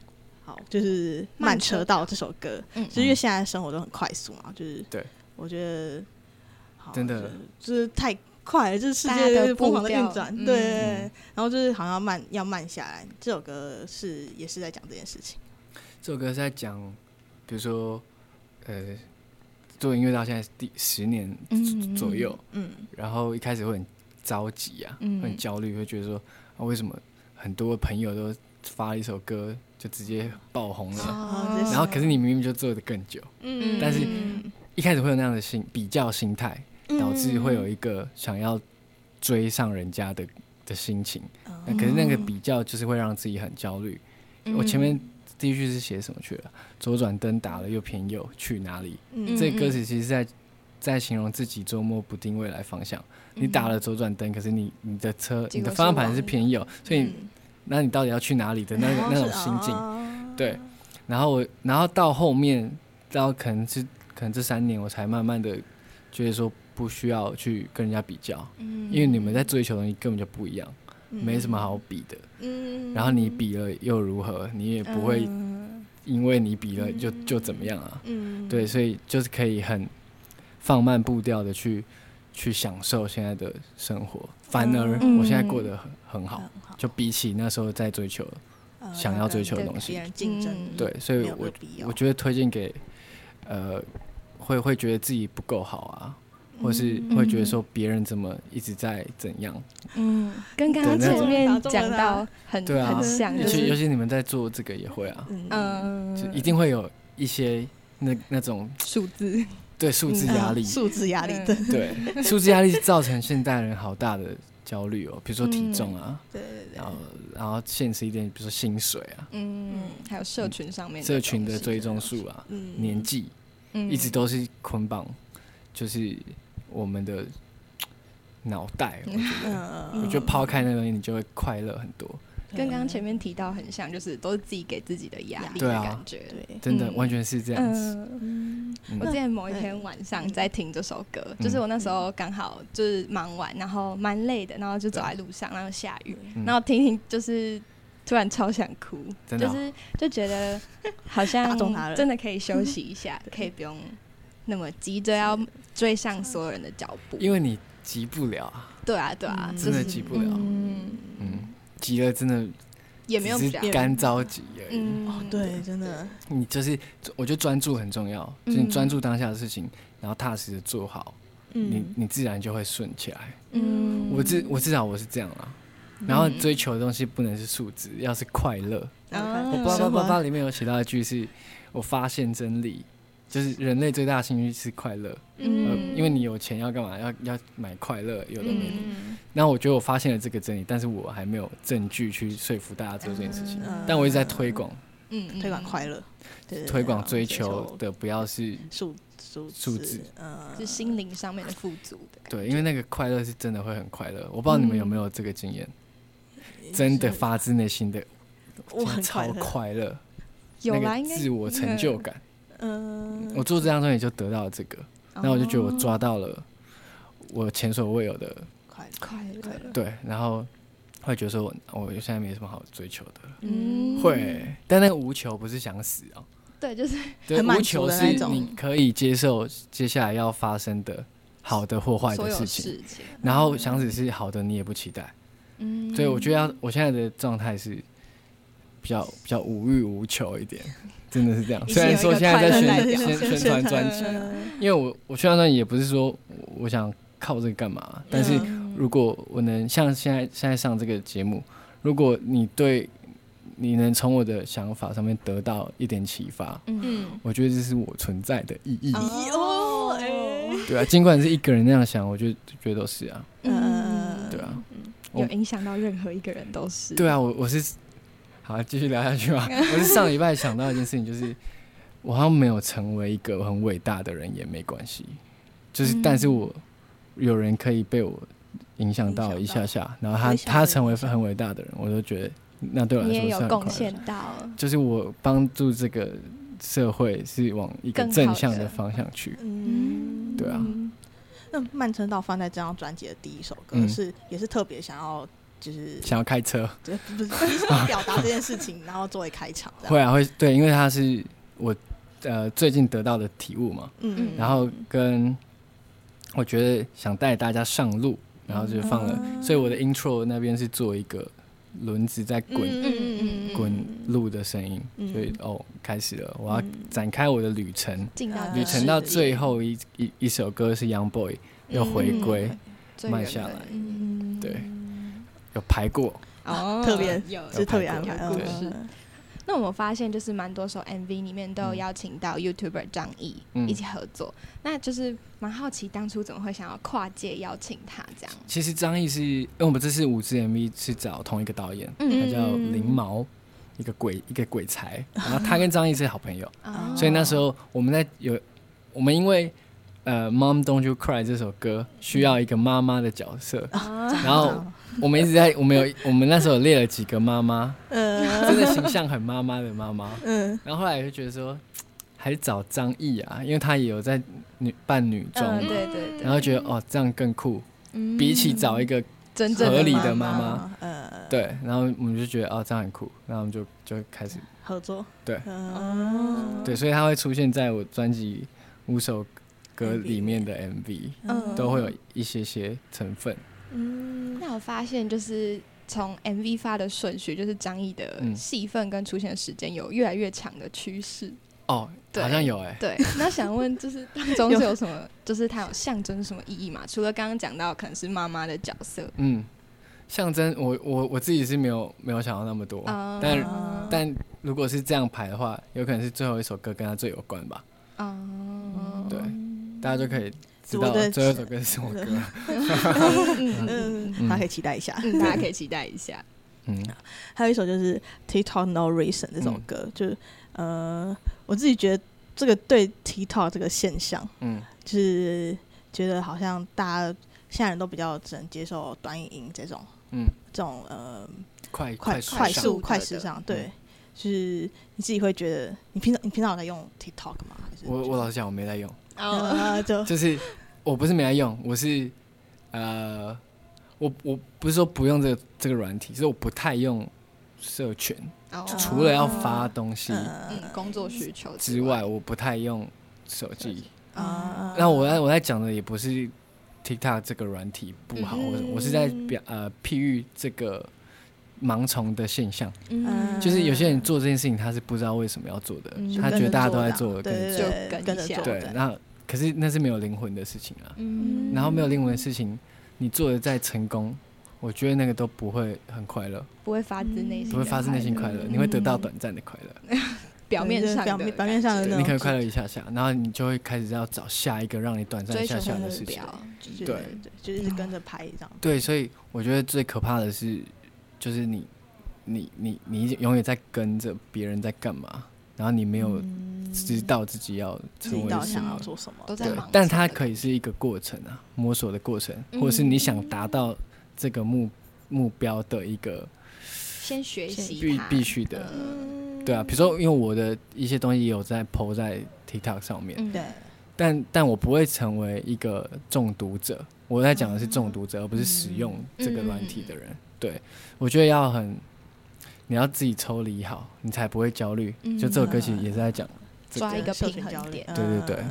Speaker 3: 好，就是《
Speaker 5: 慢
Speaker 3: 慢
Speaker 5: 车
Speaker 3: 车道》这首歌，
Speaker 5: 嗯
Speaker 3: 就是因为现在生活都很快速嘛，就是
Speaker 4: 对，
Speaker 3: 我觉得好
Speaker 4: 真的
Speaker 3: 就是就是太快了，就是世
Speaker 5: 大家
Speaker 3: 界
Speaker 5: 的
Speaker 3: 疯狂的
Speaker 5: 步调
Speaker 3: 运转，
Speaker 5: 嗯
Speaker 3: 对，
Speaker 4: 嗯
Speaker 3: 然后就是好像要慢要慢下来，这首歌是也是在讲这件事情，
Speaker 4: 这首歌是在讲，比如说，呃，做音乐到现在第十年
Speaker 5: 嗯
Speaker 4: 左右，
Speaker 3: 嗯
Speaker 4: 然后一开始会很着急啊，
Speaker 5: 嗯
Speaker 4: 会很焦虑，会觉得说，啊，为什么很多朋友都发了一首歌就直接爆红了，
Speaker 5: 嗯
Speaker 3: 哦
Speaker 4: 然后可是你明明就做的更久，
Speaker 3: 嗯
Speaker 4: 但是
Speaker 3: 嗯
Speaker 4: 一开始会有那样的心比较心态，导致会有一个想要追上人家的的心情。那可是那个比较就是会让自己很焦虑。
Speaker 5: 嗯
Speaker 4: 我前
Speaker 3: 嗯
Speaker 4: 面第一句是写什么去了？左转灯打了又偏右，去哪里？
Speaker 3: 嗯
Speaker 4: 这个歌词其实是在在形容自己捉摸不定未来方向。你打
Speaker 3: 嗯
Speaker 4: 了左转灯，可是你你的车
Speaker 5: 结
Speaker 4: 你
Speaker 5: 果
Speaker 4: 的
Speaker 5: 是
Speaker 4: 方向盘
Speaker 5: 往
Speaker 4: 是偏右，所以
Speaker 3: 嗯
Speaker 4: 那你到底要去哪里的那
Speaker 3: 然
Speaker 4: 个
Speaker 3: 后
Speaker 4: 那
Speaker 3: 是
Speaker 4: 种心境？
Speaker 3: 哦
Speaker 4: 对，然后我，然后到后面，到可能是可能这三年，我才慢慢的觉得说不需要去跟人家比较，
Speaker 5: 嗯
Speaker 4: 因为你们在追求的东西根本就不一样，没什么好比的。
Speaker 3: 嗯
Speaker 4: 然后你比了又如何？你也不会因为你比了就就怎么样啊？
Speaker 3: 嗯
Speaker 4: 对，所以就是可以很放慢步调的去去享受现在的生活，反而
Speaker 3: 嗯
Speaker 4: 我现在过得很很好，
Speaker 3: 很好
Speaker 4: 就比起那时候在追求，
Speaker 3: 呃
Speaker 4: 想要追求的东西
Speaker 3: 跟别人竞争，
Speaker 5: 嗯
Speaker 4: 对，所以
Speaker 3: 嗯没有这
Speaker 4: 我
Speaker 3: 个必要
Speaker 4: 我觉得推荐给，呃，会会觉得自己不够好啊，
Speaker 3: 嗯
Speaker 4: 或是会觉得说别人怎么一直在怎样，
Speaker 5: 嗯，跟刚刚
Speaker 4: 对那
Speaker 5: 前
Speaker 4: 种
Speaker 5: 面
Speaker 3: 打中
Speaker 5: 讲
Speaker 3: 了
Speaker 5: 到很
Speaker 4: 对啊
Speaker 5: 很像，
Speaker 4: 尤
Speaker 5: 就
Speaker 4: 其尤
Speaker 5: 是
Speaker 4: 其你们在做这个也会啊，
Speaker 3: 嗯，
Speaker 5: 嗯
Speaker 4: 就一定会有一些那那种
Speaker 5: 数字
Speaker 4: 对数
Speaker 3: 嗯
Speaker 4: 字嗯压力，
Speaker 3: 数字压力
Speaker 5: 嗯
Speaker 3: 对
Speaker 4: 对数字压力造成现代人好大的焦虑哦，比如说体重啊，
Speaker 5: 嗯
Speaker 3: 对对对
Speaker 4: 然后然后现实一点，比如说薪水啊，
Speaker 5: 嗯，还有社群上面
Speaker 4: 社群的
Speaker 5: 东西
Speaker 4: 追踪数啊，
Speaker 3: 嗯
Speaker 4: 年纪
Speaker 5: 嗯
Speaker 4: 一直都是捆绑，就是我们的脑袋，我觉得。
Speaker 3: 嗯，
Speaker 4: 我觉得抛开那个东西，你就会快乐很多。
Speaker 5: 跟刚刚前面提到很像，就是都是自己给自己的压力
Speaker 4: 对
Speaker 5: 的
Speaker 4: 啊
Speaker 5: 感觉。
Speaker 3: 对，
Speaker 4: 真的，
Speaker 5: 嗯
Speaker 4: 完全是这样子。
Speaker 5: 嗯，
Speaker 4: 嗯
Speaker 5: 我之前某一天晚上在听这首歌，就是我那时候刚好就是忙完，然后蛮累的，然后就走在路上，然后下雨，
Speaker 4: 嗯
Speaker 5: 然后听听就是突然超想哭，
Speaker 4: 真的
Speaker 5: 就
Speaker 4: 哦
Speaker 5: 是就觉得好
Speaker 3: 打
Speaker 5: 像
Speaker 3: 中他了
Speaker 5: 真的可以休息一下，可以不用那么急着要追上所有人的脚步。
Speaker 4: 因为你急不了啊，
Speaker 5: 对啊，对啊，
Speaker 4: 真
Speaker 5: 就
Speaker 4: 的
Speaker 5: 是
Speaker 4: 急不了。
Speaker 5: 嗯，
Speaker 4: 嗯，急了真的
Speaker 5: 也没有啊
Speaker 4: 只
Speaker 5: 比较
Speaker 4: 是干着急而已。
Speaker 5: 嗯
Speaker 3: 哦，对，真的，
Speaker 4: 你就是我觉得专注很重要，就是你专注当下的事情，然后踏实的做好，你
Speaker 3: 嗯
Speaker 4: 你自然就会顺起来。
Speaker 5: 嗯
Speaker 4: 我至我至少我是这样啦。然后追求的东西不能是数值，要是快乐。
Speaker 3: 哦
Speaker 5: 啊
Speaker 3: 嗯
Speaker 4: 我八八八八里面有写到一句是，我发现真理，就是人类最大的兴趣是快乐。呃
Speaker 5: 嗯，
Speaker 4: 因为你有钱要干嘛？要要买快乐，有的没的。
Speaker 5: 嗯
Speaker 4: 那、我觉得我发现了这个真理，但是我还没有证据去说服大家做这件事情。
Speaker 3: 嗯
Speaker 4: 但我一直在推广，
Speaker 5: 嗯
Speaker 3: 推广快乐，对啊
Speaker 4: 推广追求的不要是
Speaker 3: 数数
Speaker 4: 数
Speaker 3: 字
Speaker 4: 字，
Speaker 3: 嗯，
Speaker 5: 是心灵上面的富足的感觉。
Speaker 4: 对，因为那个快乐是真的会很快乐。我不知道你们有没有这个经验，真的发自内心的，
Speaker 3: 嗯我很快
Speaker 4: 超
Speaker 3: 乐，
Speaker 4: 快乐，
Speaker 5: 有啦，
Speaker 4: 那
Speaker 5: 应
Speaker 4: 个
Speaker 5: 该
Speaker 4: 自我成就感。
Speaker 3: 嗯，
Speaker 4: 我做这张专辑就得到了这个，那我就觉得我
Speaker 5: 哦
Speaker 4: 抓到了我前所未有的
Speaker 3: 快乐，
Speaker 5: 快乐
Speaker 3: 快乐，
Speaker 4: 对，然后会觉得说我我现在没什么好追求的了。
Speaker 5: 嗯
Speaker 4: 会，但那个无求不是想死哦、
Speaker 5: 对，就是
Speaker 4: 对，
Speaker 3: 很满
Speaker 4: 无
Speaker 3: 足
Speaker 4: 求
Speaker 3: 的
Speaker 4: 是
Speaker 3: 那种
Speaker 4: 你可以接受接下来要发生的好的或坏
Speaker 5: 所
Speaker 4: 的
Speaker 5: 有
Speaker 4: 事情，
Speaker 5: 事情，
Speaker 4: 然后
Speaker 3: 嗯
Speaker 4: 想只是好的你也不期待，
Speaker 5: 嗯
Speaker 4: 所以我觉得要我现在的状态是比较比较无欲无求一点，真的是这样。
Speaker 5: 已经
Speaker 4: 虽然
Speaker 5: 有一
Speaker 4: 说
Speaker 5: 个
Speaker 4: 现在在
Speaker 5: 快乐的
Speaker 4: 宣宣
Speaker 5: 感觉
Speaker 4: 宣传专辑，因为我我宣传专辑也不是说我我想靠这个干嘛，但
Speaker 5: 嗯
Speaker 4: 是
Speaker 3: 嗯
Speaker 4: 如果我能像现在现在上这个节目，如果你对你能从我的想法上面得到一点启发，
Speaker 5: 嗯，
Speaker 4: 我觉得这是我存在的意义，
Speaker 3: 哦，哎，
Speaker 4: 对啊，尽管是一个人那样想，我就觉得都是啊，
Speaker 3: 嗯
Speaker 4: 对啊，我
Speaker 5: 有影响到任何一个人都是，
Speaker 4: 对啊，我我是好继续聊下去吧。我是上礼拜想到一件事情，就是我好像没有成为一个很伟大的人也没关系，就是、
Speaker 5: 嗯
Speaker 4: 但是我有人可以被我影响到一下下，然后他他成为很伟大的人，我都觉得那对我来
Speaker 5: 你
Speaker 4: 说
Speaker 5: 也
Speaker 4: 是
Speaker 5: 有
Speaker 4: 很
Speaker 5: 贡
Speaker 4: 快
Speaker 5: 献
Speaker 4: 乐。
Speaker 5: 到，
Speaker 4: 就是我帮助这个社会是往一个
Speaker 5: 更好
Speaker 4: 正向
Speaker 5: 的
Speaker 4: 的方向去，
Speaker 3: 嗯，
Speaker 4: 对啊。
Speaker 3: 那曼城岛放在这张专辑的第一首歌
Speaker 4: 嗯
Speaker 3: 是也是特别想要就是
Speaker 4: 想要开车。
Speaker 3: 就是不是不是想表达这件事情， 然后作为开场这样，
Speaker 4: 会啊，会对，因为它是我呃最近得到的体悟嘛，
Speaker 3: 嗯
Speaker 4: 然后跟我觉得想带大家上路，然后就放了，
Speaker 3: 嗯
Speaker 4: 所以我的 intro 那边是做一个轮子在滚滚路的声音，
Speaker 3: 嗯
Speaker 4: 所以哦开始了，我要展开我的旅程，
Speaker 5: 进到
Speaker 3: 嗯
Speaker 4: 旅程到
Speaker 3: 是嗯
Speaker 4: 最后一一一首歌是 Young Boy 又回归，
Speaker 5: 最
Speaker 4: 慢
Speaker 5: 原
Speaker 4: 下
Speaker 5: 本
Speaker 4: 来
Speaker 5: 嗯
Speaker 4: 对，有排过，
Speaker 5: 哦
Speaker 3: 特别
Speaker 5: 有
Speaker 3: 是特别安排
Speaker 5: 有故事
Speaker 3: 嗯
Speaker 5: 那我们发现，就是蛮多首 MV 里面都有邀请到 YouTuber 张译
Speaker 4: 嗯
Speaker 5: 一起合作，那就是蛮好奇当初怎么会想要跨界邀请他这样。
Speaker 4: 其实张译是，因为我们这次五支 MV 是找同一个导演，
Speaker 5: 嗯
Speaker 4: 他叫林毛，一个鬼一个鬼才，然后他跟张译是好朋友，
Speaker 5: 哦
Speaker 4: 所以那时候我们在有我们因为呃《Mom Don't You Cry》这首歌需要一个妈妈的角色，
Speaker 5: 哦嗯
Speaker 4: 然后我们一直在我们有我们那时候有列了几个妈妈，
Speaker 3: 呃
Speaker 4: 真的形象很妈妈的妈妈，
Speaker 3: 嗯
Speaker 4: 然后后来就觉得说还是找张译啊，因为他也有在女扮女中，
Speaker 5: 嗯，对对
Speaker 4: 然后觉得哦这样更酷，
Speaker 5: 对，
Speaker 4: 比起找一个。
Speaker 5: 嗯真
Speaker 4: 正
Speaker 5: 正
Speaker 4: 合理
Speaker 5: 的
Speaker 4: 的
Speaker 5: 妈
Speaker 4: 妈
Speaker 5: 妈
Speaker 4: 妈，
Speaker 3: 呃
Speaker 4: 对，然后我们就觉得哦，这样很酷，然后我们就就开始
Speaker 3: 合作
Speaker 4: 对
Speaker 3: 嗯
Speaker 4: 对，所以它会出现在我专辑五首歌里面的 MV，
Speaker 5: 嗯
Speaker 4: 都会有一些些成分。
Speaker 3: 嗯
Speaker 5: 那我发现就是从 MV 发的顺序，就是张译的
Speaker 4: 嗯
Speaker 5: 戏份跟出现的时间有越来越长的趋势。
Speaker 4: 哦，
Speaker 5: 对
Speaker 4: 好像有哎，
Speaker 5: 对， 那想问就是当中是有什么，就是它有象征什么意义嘛？ 除了刚刚讲到可能是妈妈的角色，
Speaker 4: 嗯，象征我我我自己是没有没有想到那么多，
Speaker 5: 啊
Speaker 4: 但
Speaker 3: 啊
Speaker 4: 但如果是这样排的话，有可能是最后一首歌跟它最有关吧。
Speaker 5: 哦，
Speaker 4: 对，大家就可以知
Speaker 3: 我
Speaker 4: 道
Speaker 3: 的
Speaker 4: 最后一首歌是什 么歌。
Speaker 3: 嗯，大家可以期待一下。
Speaker 5: 嗯，大家可以期待一下。
Speaker 4: 嗯，
Speaker 3: 还有一首就是 TikTok No Reason 这首歌，就是呃，我自己觉得这个对 TikTok 这个现象，
Speaker 4: 嗯，
Speaker 3: 就是觉得好像大家现在人都比较只能接受短影音这种，
Speaker 4: 嗯，
Speaker 3: 这种呃
Speaker 4: 快
Speaker 3: 快
Speaker 4: 速
Speaker 3: 快
Speaker 4: 上
Speaker 3: 速
Speaker 5: 的
Speaker 3: 快
Speaker 5: 的
Speaker 3: 时尚，
Speaker 4: 嗯
Speaker 3: 对，就是你自己会觉得，你平常你平常有在用 TikTok 吗？还是
Speaker 4: 我我老实讲，我没在用。
Speaker 5: 哦，
Speaker 3: 呃就
Speaker 4: 就是我不是没来用，我是呃，我我不是说不用这个这个软体，是我不太用社群，除了要发东西
Speaker 5: 哦嗯
Speaker 3: 呃
Speaker 5: 工作需求
Speaker 4: 之
Speaker 5: 外，
Speaker 4: 外，我不太用手机。
Speaker 3: 啊，
Speaker 4: 那我在我在讲的也不是嗯 TikTok 这个软体不好，我我是在表呃譬喻这个盲从的现象，
Speaker 3: 嗯
Speaker 4: 就是有些人做这件事情他是不知道为什么要做的，
Speaker 5: 嗯
Speaker 4: 他觉得大家都在做，
Speaker 3: 对
Speaker 4: 跟
Speaker 3: 对
Speaker 4: 着
Speaker 5: 就
Speaker 3: 对
Speaker 5: 跟
Speaker 3: 跟
Speaker 5: 一
Speaker 3: 着
Speaker 5: 下
Speaker 3: 做，
Speaker 4: 做对，那可是那是没有灵魂的事情啊。
Speaker 5: 嗯
Speaker 4: 然后没有灵魂的事情，你做的再成功，我觉得那个都不会很快乐，
Speaker 5: 不会发自内心，
Speaker 4: 不会发自内心快乐，嗯你会得到短暂的快乐。
Speaker 5: 表面
Speaker 3: 对
Speaker 5: 上的
Speaker 3: 表面表面上的哦
Speaker 5: 感
Speaker 4: 对，
Speaker 5: 觉
Speaker 4: 你可
Speaker 3: 那
Speaker 4: 能
Speaker 3: 种
Speaker 4: 快乐一下下，然后你就会开始要找下一个让你短暂
Speaker 5: 追
Speaker 4: 下
Speaker 5: 求
Speaker 4: 下的
Speaker 5: 目
Speaker 4: 事情。
Speaker 5: 标，
Speaker 3: 就是
Speaker 4: 对
Speaker 3: 对，就一直跟着拍这样。
Speaker 4: 对，所以我觉得最可怕的是，就是你，你，你，你永远在跟着别人在干嘛，然后你没有知道自己要
Speaker 3: 嗯自
Speaker 4: 成
Speaker 3: 己
Speaker 4: 为
Speaker 3: 到底
Speaker 4: 什
Speaker 3: 想
Speaker 4: 么
Speaker 3: 要。做什么嗯
Speaker 5: 都，在
Speaker 4: 对
Speaker 5: 忙，，
Speaker 4: 但它可以是一个过程啊，摸索的过程，或者是你想达到这个目目标的一个
Speaker 5: 先学习
Speaker 4: 必
Speaker 5: 它，
Speaker 4: 必须的，
Speaker 5: 嗯
Speaker 4: 对啊。比如说，因为我的一些东西也有在 PO 在 TikTok 上面，
Speaker 5: 嗯
Speaker 3: 对，
Speaker 4: 但但我不会成为一个中毒者。我在讲的是中毒者，而不是使用这个软体的人。对，我觉得要很，你要自己抽离好，你才不会焦虑。就这首歌其实也是在讲，这
Speaker 5: 抓一个
Speaker 3: 社
Speaker 5: 平
Speaker 3: 群焦
Speaker 5: 衡
Speaker 3: 虑嗯
Speaker 5: 点。
Speaker 4: 对对对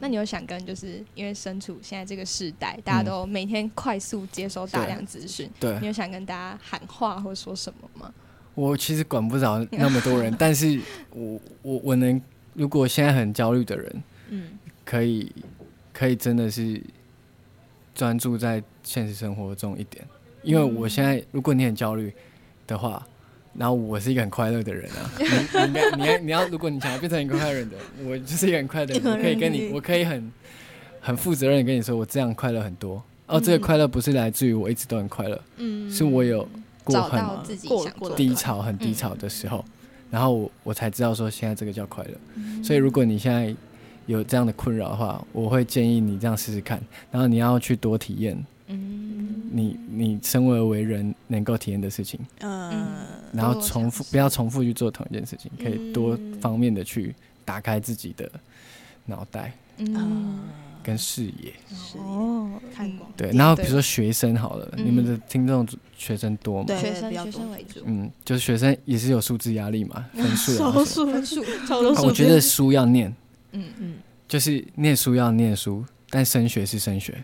Speaker 5: 那你有想跟就是因为身处现在这个时代，大家都每天快速接收大量资讯，你
Speaker 4: 嗯对
Speaker 5: 嗯有想跟大家喊话或说什么吗？
Speaker 4: 我其实管不着那么多人，但是我我我能，如果现在很焦虑的人，
Speaker 3: 嗯，
Speaker 4: 可以可以真的是专注在现实生活中一点，因为我现在如果你很焦虑的话，然后我是一个很快乐的人啊，你你应该你要你要如果你想要变成一个快乐的人，我就是一个很快乐的人，我可以跟你我可以很很负责任的跟你说，我这样快乐很多。哦，这个快乐不是来自于我一直都很快乐，
Speaker 3: 嗯
Speaker 4: 是我有
Speaker 5: 嗯
Speaker 4: 过
Speaker 5: 找
Speaker 4: 很
Speaker 5: 到自己
Speaker 3: 过
Speaker 5: 想
Speaker 3: 过
Speaker 5: 做
Speaker 3: 得
Speaker 5: 的
Speaker 4: 低潮很低潮的时候，然后我我才知道说现在这个叫快乐。
Speaker 5: 嗯
Speaker 4: 所以如果你现在有这样的困扰的话，我会建议你这样试试看，然后你要去多体验
Speaker 3: 嗯
Speaker 4: 你你身为为人能够体验的事情，
Speaker 3: 嗯
Speaker 4: 然后
Speaker 5: 多
Speaker 4: 重复
Speaker 5: 尝试
Speaker 4: 不要重复去做同一件事情，可以多
Speaker 3: 嗯
Speaker 4: 方面的去打开自己的脑袋
Speaker 5: 嗯，
Speaker 4: 跟视野。
Speaker 3: 啊是
Speaker 5: 哦，
Speaker 3: 看广
Speaker 4: 对，
Speaker 5: 对
Speaker 4: 然后比如说学生好了，
Speaker 5: 嗯
Speaker 4: 你们的听众学生多吗？
Speaker 3: 对
Speaker 5: 学
Speaker 3: 比较
Speaker 5: 生学
Speaker 3: 多
Speaker 5: 生为主，
Speaker 4: 嗯，就是学生也是有数字压力嘛，分 数啊什么
Speaker 3: 手术
Speaker 4: 的。
Speaker 5: 分数，
Speaker 3: 超多
Speaker 4: 啊
Speaker 3: 数字，
Speaker 4: 我觉得书要念，
Speaker 5: 嗯
Speaker 3: 嗯
Speaker 4: 就是念书要念书，但升学是升学。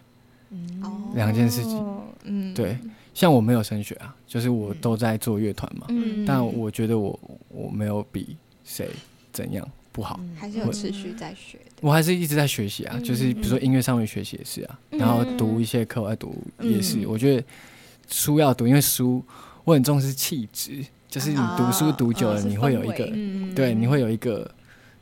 Speaker 3: 嗯
Speaker 5: 哦
Speaker 4: 两件事情，
Speaker 5: 嗯，
Speaker 4: 对，像我没有升学啊，就是我都在做乐团嘛，
Speaker 5: 嗯，
Speaker 4: 但我觉得我我没有比谁怎样不好，
Speaker 5: 还是有持续在学的，
Speaker 4: 我还是一直在学习
Speaker 5: 嗯
Speaker 4: 啊，就是比如说音乐上面学习也是啊，然后读一些课外读也是，
Speaker 3: 嗯
Speaker 4: 我觉得书要读，因为书我很重视气质，就是你读书
Speaker 3: 啊
Speaker 4: 读久了，
Speaker 5: 哦是
Speaker 4: 你会有
Speaker 5: 氛
Speaker 4: 一
Speaker 5: 围
Speaker 4: 个
Speaker 3: 嗯
Speaker 4: 对，你会有一个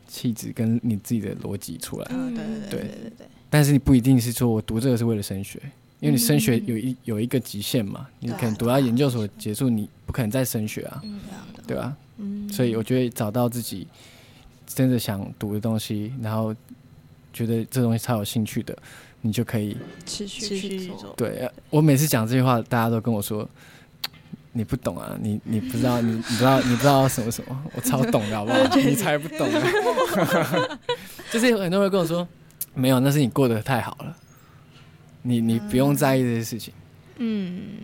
Speaker 4: 气质跟你自己的逻辑出来。
Speaker 3: 嗯对对对对对，
Speaker 4: 但是你不一定是说我读这个是为了升学，因为你升学有一有一个极限嘛，你
Speaker 3: 对啊
Speaker 4: 可能读到研究所结束，你不可能再升学啊，
Speaker 5: 嗯，
Speaker 4: 对吧、
Speaker 3: 嗯
Speaker 4: 所以我觉得找到自己真的想读的东西，然后觉得这东西超有兴趣的，你就可以。
Speaker 5: 持
Speaker 3: 持
Speaker 5: 续
Speaker 3: 续
Speaker 5: 去
Speaker 3: 去
Speaker 5: 做，
Speaker 3: 做，
Speaker 4: 对呃我每次讲这句话，大家都跟我说。你不懂啊，你你不知道，你你不知道，你不知道什么什么，我超懂的好不好？你才不懂、啊， 就是有很多人跟我说，没有，那是你过得太好了，你你不用在意这些事情，
Speaker 3: 嗯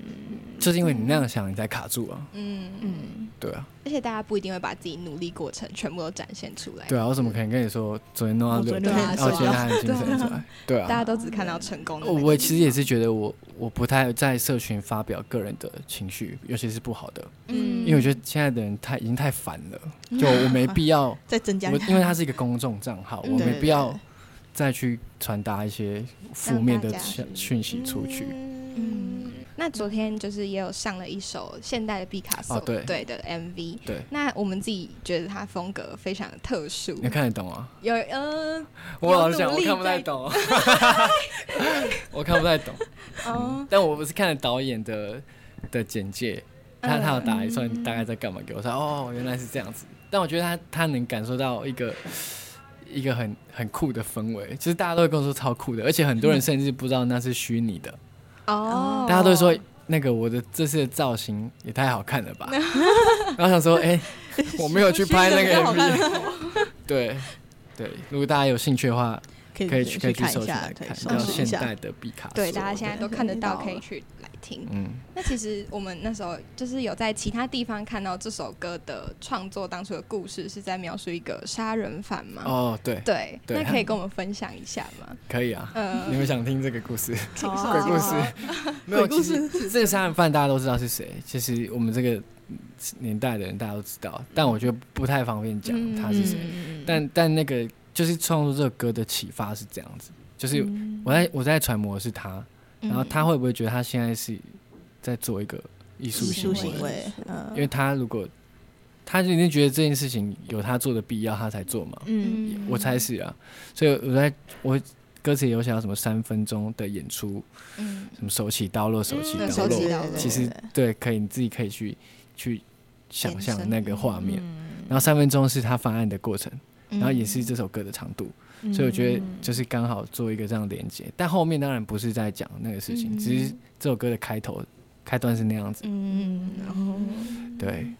Speaker 4: 就是因为你那样想，你才卡住啊，
Speaker 5: 嗯嗯，
Speaker 3: 嗯
Speaker 4: 对啊，
Speaker 5: 而且大家不一定会把自己努力过程全部都展现出来，
Speaker 4: 对啊，我怎么可能跟你说昨天弄到
Speaker 3: 我
Speaker 4: 六
Speaker 3: 昨天
Speaker 4: 点，
Speaker 5: 弄
Speaker 4: 然
Speaker 5: 到
Speaker 4: 后
Speaker 5: 六
Speaker 4: 现在
Speaker 5: 点
Speaker 4: 还很精神出来，对
Speaker 5: 大家
Speaker 4: 啊，
Speaker 5: 都
Speaker 3: 哦
Speaker 5: 只看到成功的
Speaker 4: 我
Speaker 5: 那个。
Speaker 4: 我其实也是觉得我我不太在社群发表个人的情绪，尤其是不好的，
Speaker 5: 嗯
Speaker 4: 因为我觉得现在的人太已经太烦 了，就我没必要。
Speaker 3: 再增加
Speaker 4: 我因为它是一个公众账号，
Speaker 5: 嗯
Speaker 4: 我没
Speaker 3: 对
Speaker 4: 必要再去传达一些负面的消讯息出去。
Speaker 5: 嗯，那昨天就是也有上了一首现代的毕卡索、
Speaker 4: 哦对
Speaker 5: 的 MV。
Speaker 4: 对，
Speaker 5: 那我们自己觉得它风格非常特殊，
Speaker 4: 你看得懂啊？
Speaker 5: 有嗯
Speaker 4: 我老实讲，
Speaker 5: 努
Speaker 4: 我
Speaker 5: 力
Speaker 4: 看不太
Speaker 5: 在
Speaker 4: 懂， 我看不太懂。
Speaker 5: 哦，
Speaker 4: 但我不是看了导演的的简介，
Speaker 3: 嗯
Speaker 4: 他他有打一串大概在干嘛给我，说哦原来是这样子。但我觉得他他能感受到一个一个很很酷的氛围，就是大家都会跟我说超酷的，而且很多人甚至不知道那是虚拟的。
Speaker 5: 哦，
Speaker 4: 大家都会说那个我的这次的造型也太好看 了吧，然后想说，哎、我没有去拍那个 MV，对对，如果大家有兴趣的话，
Speaker 3: 可以
Speaker 4: 可以
Speaker 3: 去
Speaker 4: 去可以去
Speaker 3: 看
Speaker 4: 搜
Speaker 3: 一
Speaker 4: 寻
Speaker 3: 下
Speaker 4: 来，
Speaker 3: 可以
Speaker 4: 看，
Speaker 3: 搜
Speaker 4: 叫
Speaker 3: 寻一
Speaker 4: 现
Speaker 3: 下
Speaker 4: 代，的毕卡索，
Speaker 5: 对，大家现在都看得到，
Speaker 3: 对
Speaker 5: 可以去来听。
Speaker 4: 嗯，
Speaker 5: 那其实我们那时候就是有在其他地方看到这首歌的创作当初的故事，是在描述一个杀人犯嘛？
Speaker 4: 哦对，
Speaker 5: 对，
Speaker 4: 对
Speaker 5: 那可以跟我们分享一下吗？
Speaker 4: 可以啊，
Speaker 5: 呃
Speaker 4: 你，们想听这个 故事？
Speaker 3: 好啊
Speaker 4: 鬼故事，没有
Speaker 3: 鬼故事
Speaker 4: 其实这个杀人犯大家都知道是谁，其实我们这个年代的人大家都知道，但我觉得不太方便讲
Speaker 5: 嗯
Speaker 4: 他
Speaker 3: 嗯
Speaker 4: 是谁。
Speaker 3: 嗯嗯
Speaker 4: 但但那个就是创作这首歌的启发是这样子，就是
Speaker 3: 嗯
Speaker 4: 我在我在揣摩的是他，
Speaker 5: 嗯
Speaker 4: 然后他会不会觉得他现在是在做一个艺术
Speaker 3: 艺术
Speaker 4: 行
Speaker 3: 行为，嗯
Speaker 4: 因为他如果他就已经觉得这件事情有他做的必要，他才做嘛。
Speaker 3: 嗯
Speaker 4: 我猜是啊，所以我在我歌词也有想到什么三分钟的演出，
Speaker 5: 嗯
Speaker 4: 什么手起刀落，手起
Speaker 5: 嗯
Speaker 4: 刀
Speaker 5: 手
Speaker 4: 落
Speaker 5: 起，
Speaker 3: 对
Speaker 5: 刀落
Speaker 3: 对
Speaker 4: 其
Speaker 3: 对
Speaker 4: 实
Speaker 3: 对
Speaker 4: 对，可以你自己可以去去想象那个画面。
Speaker 3: 嗯
Speaker 4: 然后三分钟是他翻案的过程，
Speaker 5: 嗯
Speaker 4: 然后也是这首歌的长度，所以我觉得
Speaker 3: 嗯
Speaker 4: 就是刚好做一个这样连接。但后面当然不是在讲那个事情，只是这首歌的开头开端是那样子。
Speaker 3: 嗯，然后
Speaker 4: 对，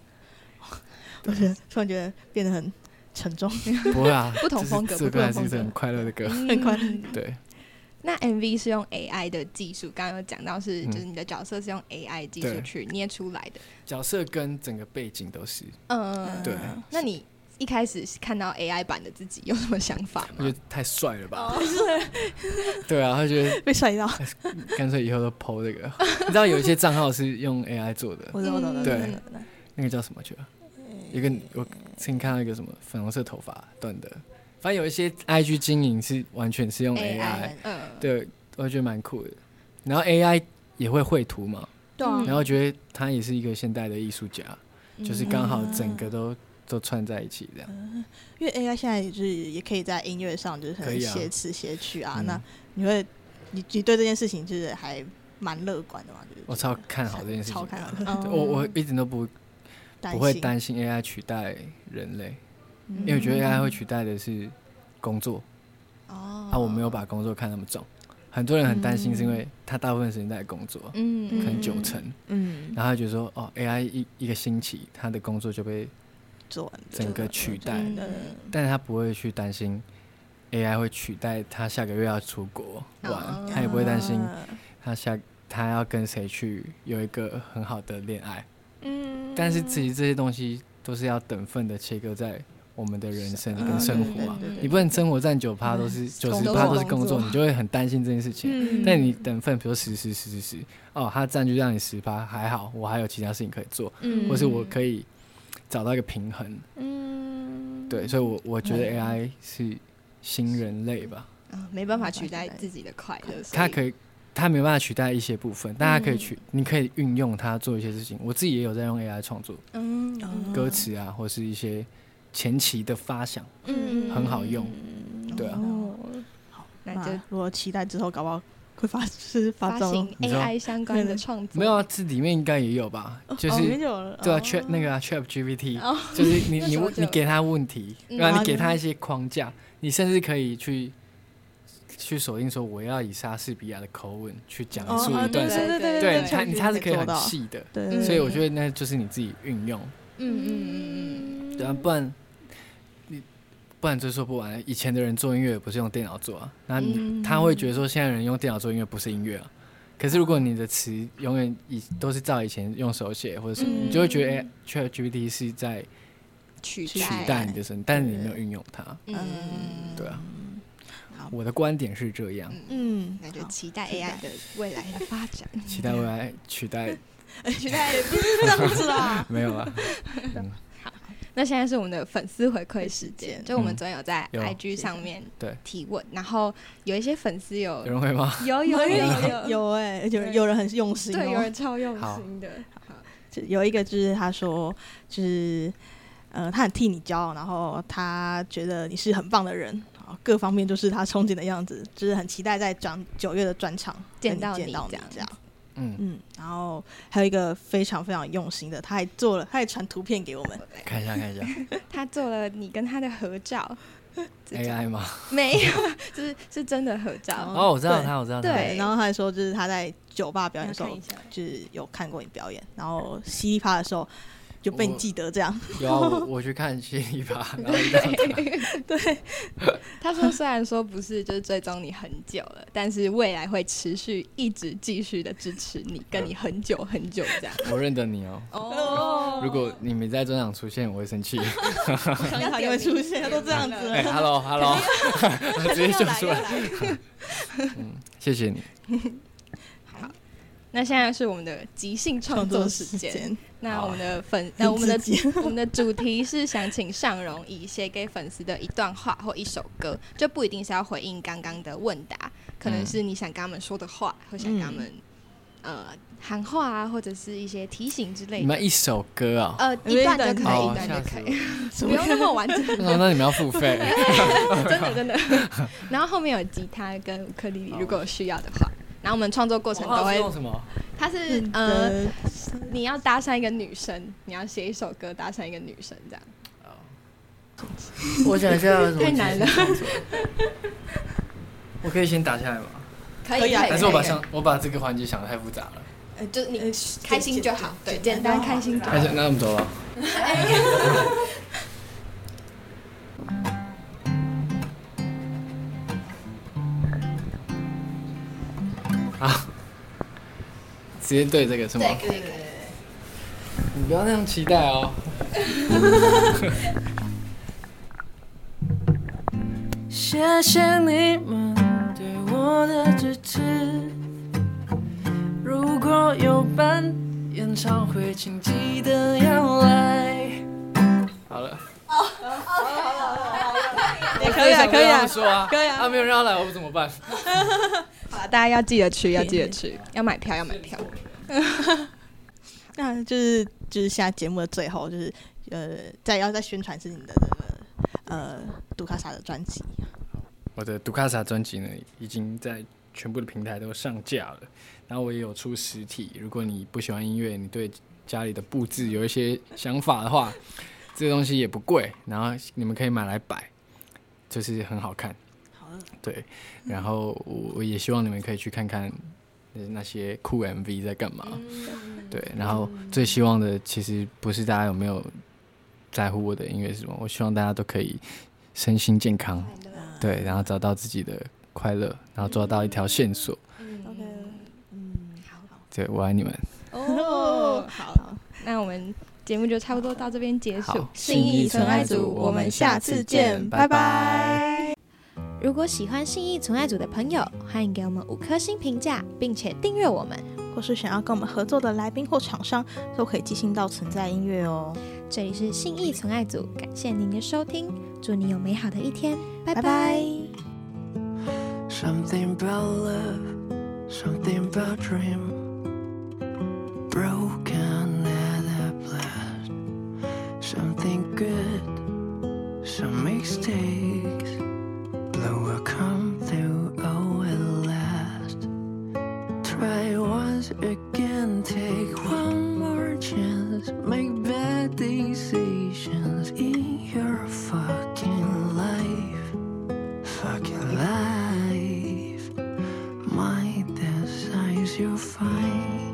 Speaker 3: 我觉得突然觉得变得很沉重，
Speaker 4: 不会啊，
Speaker 5: 不同
Speaker 4: 就是
Speaker 5: 风格
Speaker 4: 这首
Speaker 5: 不
Speaker 4: 歌
Speaker 5: 同
Speaker 4: 还是一
Speaker 5: 风
Speaker 4: 首
Speaker 5: 格
Speaker 4: 很快乐的歌。
Speaker 3: 很快。
Speaker 4: 对，
Speaker 5: 那 MV 是用 AI 的技术，刚刚有讲到是，
Speaker 4: 嗯
Speaker 5: 就是你的角色是用 AI 技术
Speaker 4: 对
Speaker 5: 去捏出来的。
Speaker 4: 角色跟整个背景都是，
Speaker 5: 嗯，
Speaker 4: 对，
Speaker 5: 那你一开始看到 AI 版的自己有什么想法
Speaker 4: 我觉
Speaker 5: 吗？
Speaker 4: 得太帅了吧？对啊，他觉得
Speaker 3: 被甩到，
Speaker 4: 干脆以后都 PO 这个。你知道有一些账号是用 AI 做的，
Speaker 3: 我懂我懂我懂，
Speaker 4: 对
Speaker 3: 我懂我懂
Speaker 4: 那个叫什么去了？啊一个我之前看到一个什么粉红色头发短的，反正有一些 IG 经营是完全是用 AI，
Speaker 5: 嗯，
Speaker 4: 对，我觉得蛮酷的。然后 AI 也会绘图嘛，
Speaker 5: 对
Speaker 3: 嗯
Speaker 5: 啊
Speaker 4: 然后觉得他也是一个现代的艺术家，
Speaker 5: 嗯
Speaker 4: 就是刚好整个都都串在一起这样。
Speaker 3: 因为 AI 现在也就是也可以在音乐上就是可
Speaker 4: 可
Speaker 3: 能
Speaker 4: 以啊
Speaker 3: 写词写曲啊，
Speaker 4: 嗯
Speaker 3: 那你会你你对这件事情就是还蛮乐观的嘛？就是
Speaker 4: 我超看好这件事情
Speaker 3: 超
Speaker 4: 的
Speaker 3: 看好
Speaker 4: 啊，
Speaker 3: 的，
Speaker 5: 嗯
Speaker 4: 对我我一点都不
Speaker 3: 哦担
Speaker 4: 不
Speaker 3: 心嗯
Speaker 4: 会，担心 AI 取代人类，
Speaker 3: 因
Speaker 4: 因为我觉得 AI 会取代的是工作
Speaker 3: 哦
Speaker 4: 啊，我没有把工作看那么重。很多人很担心，是因为他大部分时间在工作，
Speaker 5: 嗯
Speaker 4: 可能
Speaker 3: 久
Speaker 4: 九成，
Speaker 3: 嗯
Speaker 4: 然后他就说哦，AI 一一个星期，他的工作就被，
Speaker 3: 做完了
Speaker 4: 整个取代
Speaker 3: 嗯
Speaker 4: 但是他不会去担心 AI 会取代他下个月要出国玩，
Speaker 5: 哦
Speaker 4: 他也不会担心
Speaker 3: 啊
Speaker 4: 他下他要跟谁去有一个很好的恋爱。
Speaker 3: 嗯
Speaker 4: 但是其实这些东西都是要等份的切割在我们的人生跟生活嘛，
Speaker 5: 嗯对对对
Speaker 4: 你不能生活占九趴都是九十
Speaker 5: 工
Speaker 4: 趴
Speaker 5: 作
Speaker 4: 都是工
Speaker 5: 工
Speaker 4: 作，
Speaker 5: 作
Speaker 4: 你就会很担心这件事情。
Speaker 3: 嗯
Speaker 4: 但你等份，比如十十十十十，哦，他占据让你十趴，还好，我还有其他事情可以做，
Speaker 3: 嗯
Speaker 4: 或是我可以找到一个平衡。
Speaker 3: 嗯
Speaker 4: 对，所以我我觉得
Speaker 3: 嗯
Speaker 4: AI 是新人类吧，
Speaker 5: 啊，没办法取代自己的快乐，
Speaker 4: 它
Speaker 5: 以
Speaker 4: 可以，它没办法取代一些部分，但它可以去，
Speaker 3: 嗯
Speaker 4: 你可以运用它做一些事情。我自己也有在用 AI 创作
Speaker 5: 嗯
Speaker 3: 嗯
Speaker 4: 歌词啊，或是一些前期的发想，
Speaker 5: 嗯
Speaker 4: 很好用。对啊，
Speaker 3: 哦
Speaker 5: 那
Speaker 3: 那
Speaker 5: 就
Speaker 3: 如果期待之后搞不好会发是发
Speaker 5: 发
Speaker 3: 照
Speaker 5: 行
Speaker 4: 你知道
Speaker 5: AI 相关的创作，
Speaker 4: 没有啊，这里面应该也有吧，就
Speaker 3: 哦没
Speaker 4: 是。
Speaker 3: 有了
Speaker 4: 对啊
Speaker 3: 哦
Speaker 4: ，Chat 那个啊，Chat GPT，
Speaker 5: 哦
Speaker 4: 就是你你
Speaker 5: 那时候
Speaker 4: 问
Speaker 5: 就
Speaker 4: 你给他问题，
Speaker 5: 嗯
Speaker 4: 然
Speaker 3: 然
Speaker 4: 后
Speaker 3: 后
Speaker 4: 你给
Speaker 3: 就
Speaker 4: 他一些框架，你甚至可以去去锁定说我要以莎士比亚的口吻去讲
Speaker 3: 哦
Speaker 4: 述
Speaker 3: 哦
Speaker 4: 一段
Speaker 3: 对
Speaker 4: 什么，
Speaker 3: 对对
Speaker 4: 对
Speaker 3: 对，
Speaker 4: 它
Speaker 3: 对
Speaker 4: 你它是可以
Speaker 3: 做
Speaker 4: 很
Speaker 3: 到
Speaker 4: 细的，
Speaker 3: 对
Speaker 5: 嗯
Speaker 3: 对，
Speaker 4: 所以我觉得那就是你自己运用，
Speaker 3: 嗯
Speaker 5: 嗯嗯嗯
Speaker 4: 对啊，不然你不然追溯不完。以前的人做音乐也不是用电脑做啊，那你、
Speaker 5: 嗯
Speaker 4: 他会觉得说现在人用电脑做音乐不是音乐啊。可是如果你的词永远以都是照以前用手写或者什么，
Speaker 5: 嗯
Speaker 4: 你就会觉得哎，ChatGPT 是在
Speaker 5: 嗯，取
Speaker 4: 取
Speaker 5: 代，
Speaker 4: 代你的声音，但是你没有运用它，
Speaker 5: 嗯，
Speaker 4: 对啊
Speaker 3: 好。
Speaker 4: 我的观点是这样，
Speaker 3: 嗯，
Speaker 5: 那就期待
Speaker 3: 期待
Speaker 5: AI 的未来的发展，
Speaker 4: 期待未来取代
Speaker 5: 期待
Speaker 4: 没 有啊，嗯，
Speaker 5: 那现在是我们的粉丝回馈时间，就我们
Speaker 4: 嗯
Speaker 5: 昨天有在
Speaker 4: 有
Speaker 5: IG 上面
Speaker 4: 对
Speaker 5: 提问，然后有一些粉丝有
Speaker 4: 有人会吗？
Speaker 5: 有有有有
Speaker 3: 有哎，有
Speaker 5: 对
Speaker 3: 有人很用心，哦
Speaker 5: 对，有人超用
Speaker 4: 好
Speaker 5: 心的，好
Speaker 3: 就有一个就是他说，就是呃，他很替你骄傲，然后他觉得你是很棒的人，然后各方面都是他憧憬的样子，就是很期待在专九月的专场
Speaker 5: 见
Speaker 3: 跟你
Speaker 5: 到
Speaker 3: 见
Speaker 5: 你
Speaker 3: 到
Speaker 5: 这
Speaker 3: 你
Speaker 5: 样
Speaker 3: 这样。
Speaker 4: 嗯，
Speaker 3: 嗯，然后还有一个非常非常用心的，他还做了，他还传图片给我们，
Speaker 4: 看一下 看一下
Speaker 5: 他做了你跟他的合照这种
Speaker 4: ，AI 吗？
Speaker 5: 没有， 就是是真的合照，
Speaker 4: 哦，我知道
Speaker 3: 对
Speaker 4: 他，我知道他，
Speaker 5: 对
Speaker 3: 然后他还说就是他在酒吧表演
Speaker 5: 要
Speaker 3: 的时候
Speaker 5: 看一，下。
Speaker 3: 就是有看过你表演，然后嘻哈的时候就被你
Speaker 4: 我
Speaker 3: 记得这样，
Speaker 4: 有啊，我 我去看犀利吧，然后遇到他，
Speaker 5: 他说虽然说不是就是追踪你很久了，但是未来会持续一直继续的支持你，跟你很久很久这样。
Speaker 4: 我认得你哦。
Speaker 5: 哦
Speaker 4: 如果你没在专场出现，我会生 气。
Speaker 3: 我相信他就会出现，他都这样子
Speaker 4: 哎
Speaker 3: 了，
Speaker 4: ，hello，hello，直接秀出来。嗯，谢谢你。
Speaker 5: 好，那现在是我们的即兴创作时间。，那
Speaker 4: 好
Speaker 5: 我们的粉，
Speaker 3: 很
Speaker 5: 那我们的
Speaker 3: 直接
Speaker 5: 我们的主题是想请尚荣以写给粉丝的一段话或一首歌，就不一定是要回应刚刚的问答，可能
Speaker 4: 嗯
Speaker 5: 是你想跟他们说的话，或想跟他们、呃喊话啊，或者是一些提醒之类
Speaker 4: 你
Speaker 5: 的。
Speaker 4: 们一首歌啊、
Speaker 5: 呃，一段就可以，
Speaker 4: 哦
Speaker 5: 一，段
Speaker 4: 吓
Speaker 5: 就
Speaker 4: 死
Speaker 5: 可
Speaker 4: 我
Speaker 5: 以，
Speaker 4: 了！
Speaker 5: 不用那么完整，
Speaker 4: 那那你们要付 费，
Speaker 5: 真的真 的。然后后面有吉他跟乌克丽丽，如果有需要的话。然后我们创作过程都
Speaker 4: 我
Speaker 5: 会
Speaker 4: 用，什么？
Speaker 5: 它是呃，
Speaker 3: 呃，
Speaker 5: 你要搭上一个女生，你要写一首歌搭上一个女生这样。
Speaker 4: 我想一下有什么
Speaker 5: 太难了
Speaker 4: 即兴创作。我可以先打下来吗？
Speaker 5: 可
Speaker 3: 可以啊
Speaker 5: 可
Speaker 3: 对
Speaker 4: 还是我把
Speaker 5: 哎可以
Speaker 4: 想我把这个环节想的太复杂了？
Speaker 5: 就你
Speaker 3: 呃
Speaker 5: 开心就好，对，简单开心就好
Speaker 4: 还。是那啊我们走了。啊！直接对这个是吗？
Speaker 5: 可以可以。
Speaker 4: 你不要那样期待哦。
Speaker 6: 谢谢你们对我的支持。如果有办演唱会，请记得要来。
Speaker 4: 好了，
Speaker 3: 也可以啊，可以
Speaker 4: 他
Speaker 3: 啊
Speaker 4: 们，说啊，
Speaker 3: 可以啊
Speaker 4: 啊，没有人要来，我怎么办？
Speaker 5: 好啦，大家要记得去，要记得去，要买票，要买票。
Speaker 3: 那就是就是现在节目的最后，就是呃，再要再宣传是你的那个呃杜卡莎的专辑，
Speaker 4: 我的杜卡萨专辑呢，已经在全部的平台都上架了。然后我也有出实体，如果你不喜欢音乐，你对家里的布置有一些想法的话，这个东西也不贵，然后你们可以买来摆，就是很好看。对，然后我我也希望你们可以去看看呃那些酷 MV 在干嘛。对，然后最希望的其实不是大家有没有在乎我的音乐是什么，我希望大家都可以身心健康，对，然后找到自己的快乐，然后抓到一条线索。
Speaker 5: 嗯
Speaker 3: OK，
Speaker 4: 对，我爱你们。
Speaker 5: 哦，好， 那我们节目就差不多到这边结束
Speaker 4: 好。
Speaker 5: 信义存爱组，我们下次见，拜拜。如果喜欢信义存爱组的朋友，欢迎给我们五颗星评价，并且订阅我们。
Speaker 3: 或是想要跟我们合作的来宾或厂商，都可以寄信到存在音乐哦。
Speaker 5: 这里是信义存爱组，感谢您的收听，祝你有美好的一天，拜
Speaker 3: 拜
Speaker 5: 拜
Speaker 3: 拜
Speaker 6: Something about love, something about dream. Broken leather blast. Something good, some mistakes. But we'll come through all at last. Try once again, take one more chance. Make bad decisions in your fucking life fucking life. My desires you find.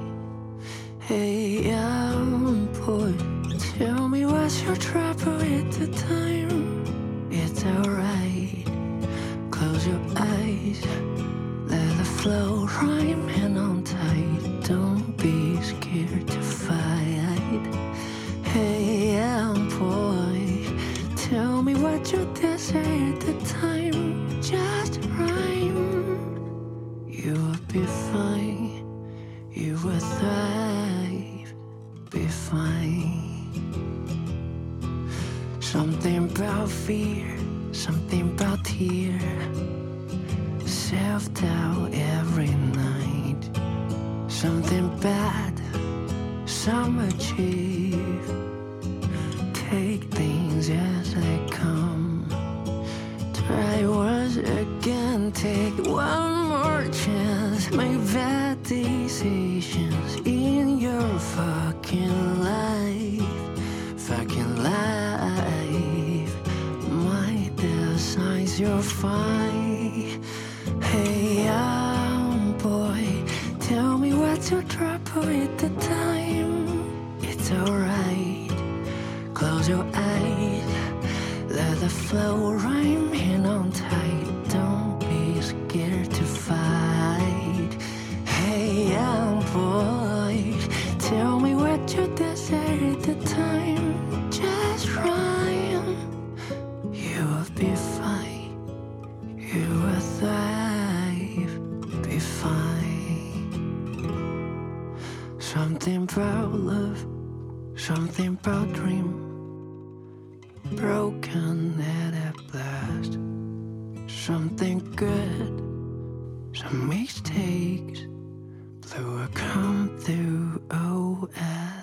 Speaker 6: Hey, young boy, tell me what's your trouble at the time? It's alright. Close your eyes, let the flow rhyme and on tight. Don't be scared to fight. Hey, young boy, tell me what you desire at the time. Just rhyme. You will be fine. You will thrive. Be fine. Something about fear, something about tear. Self doubt every night. Something bad, some achieve. Take things as they come. Try once again, take one more chance. Make bad decisions in your fucking life. Fucking life. My designs you'll find. Hey, young boy, tell me what's your trouble at the time. It's alright. Close your eyes, let the flow rhyme in on tight. Don't be scared to fight. Hey, young boy, tell me what you desire at the time. Just rhyme, you will be fine. You will thrive, be fine. Something about love, something about dream. Broken at at last. Something good, some mistakes. Though I come through, oh, at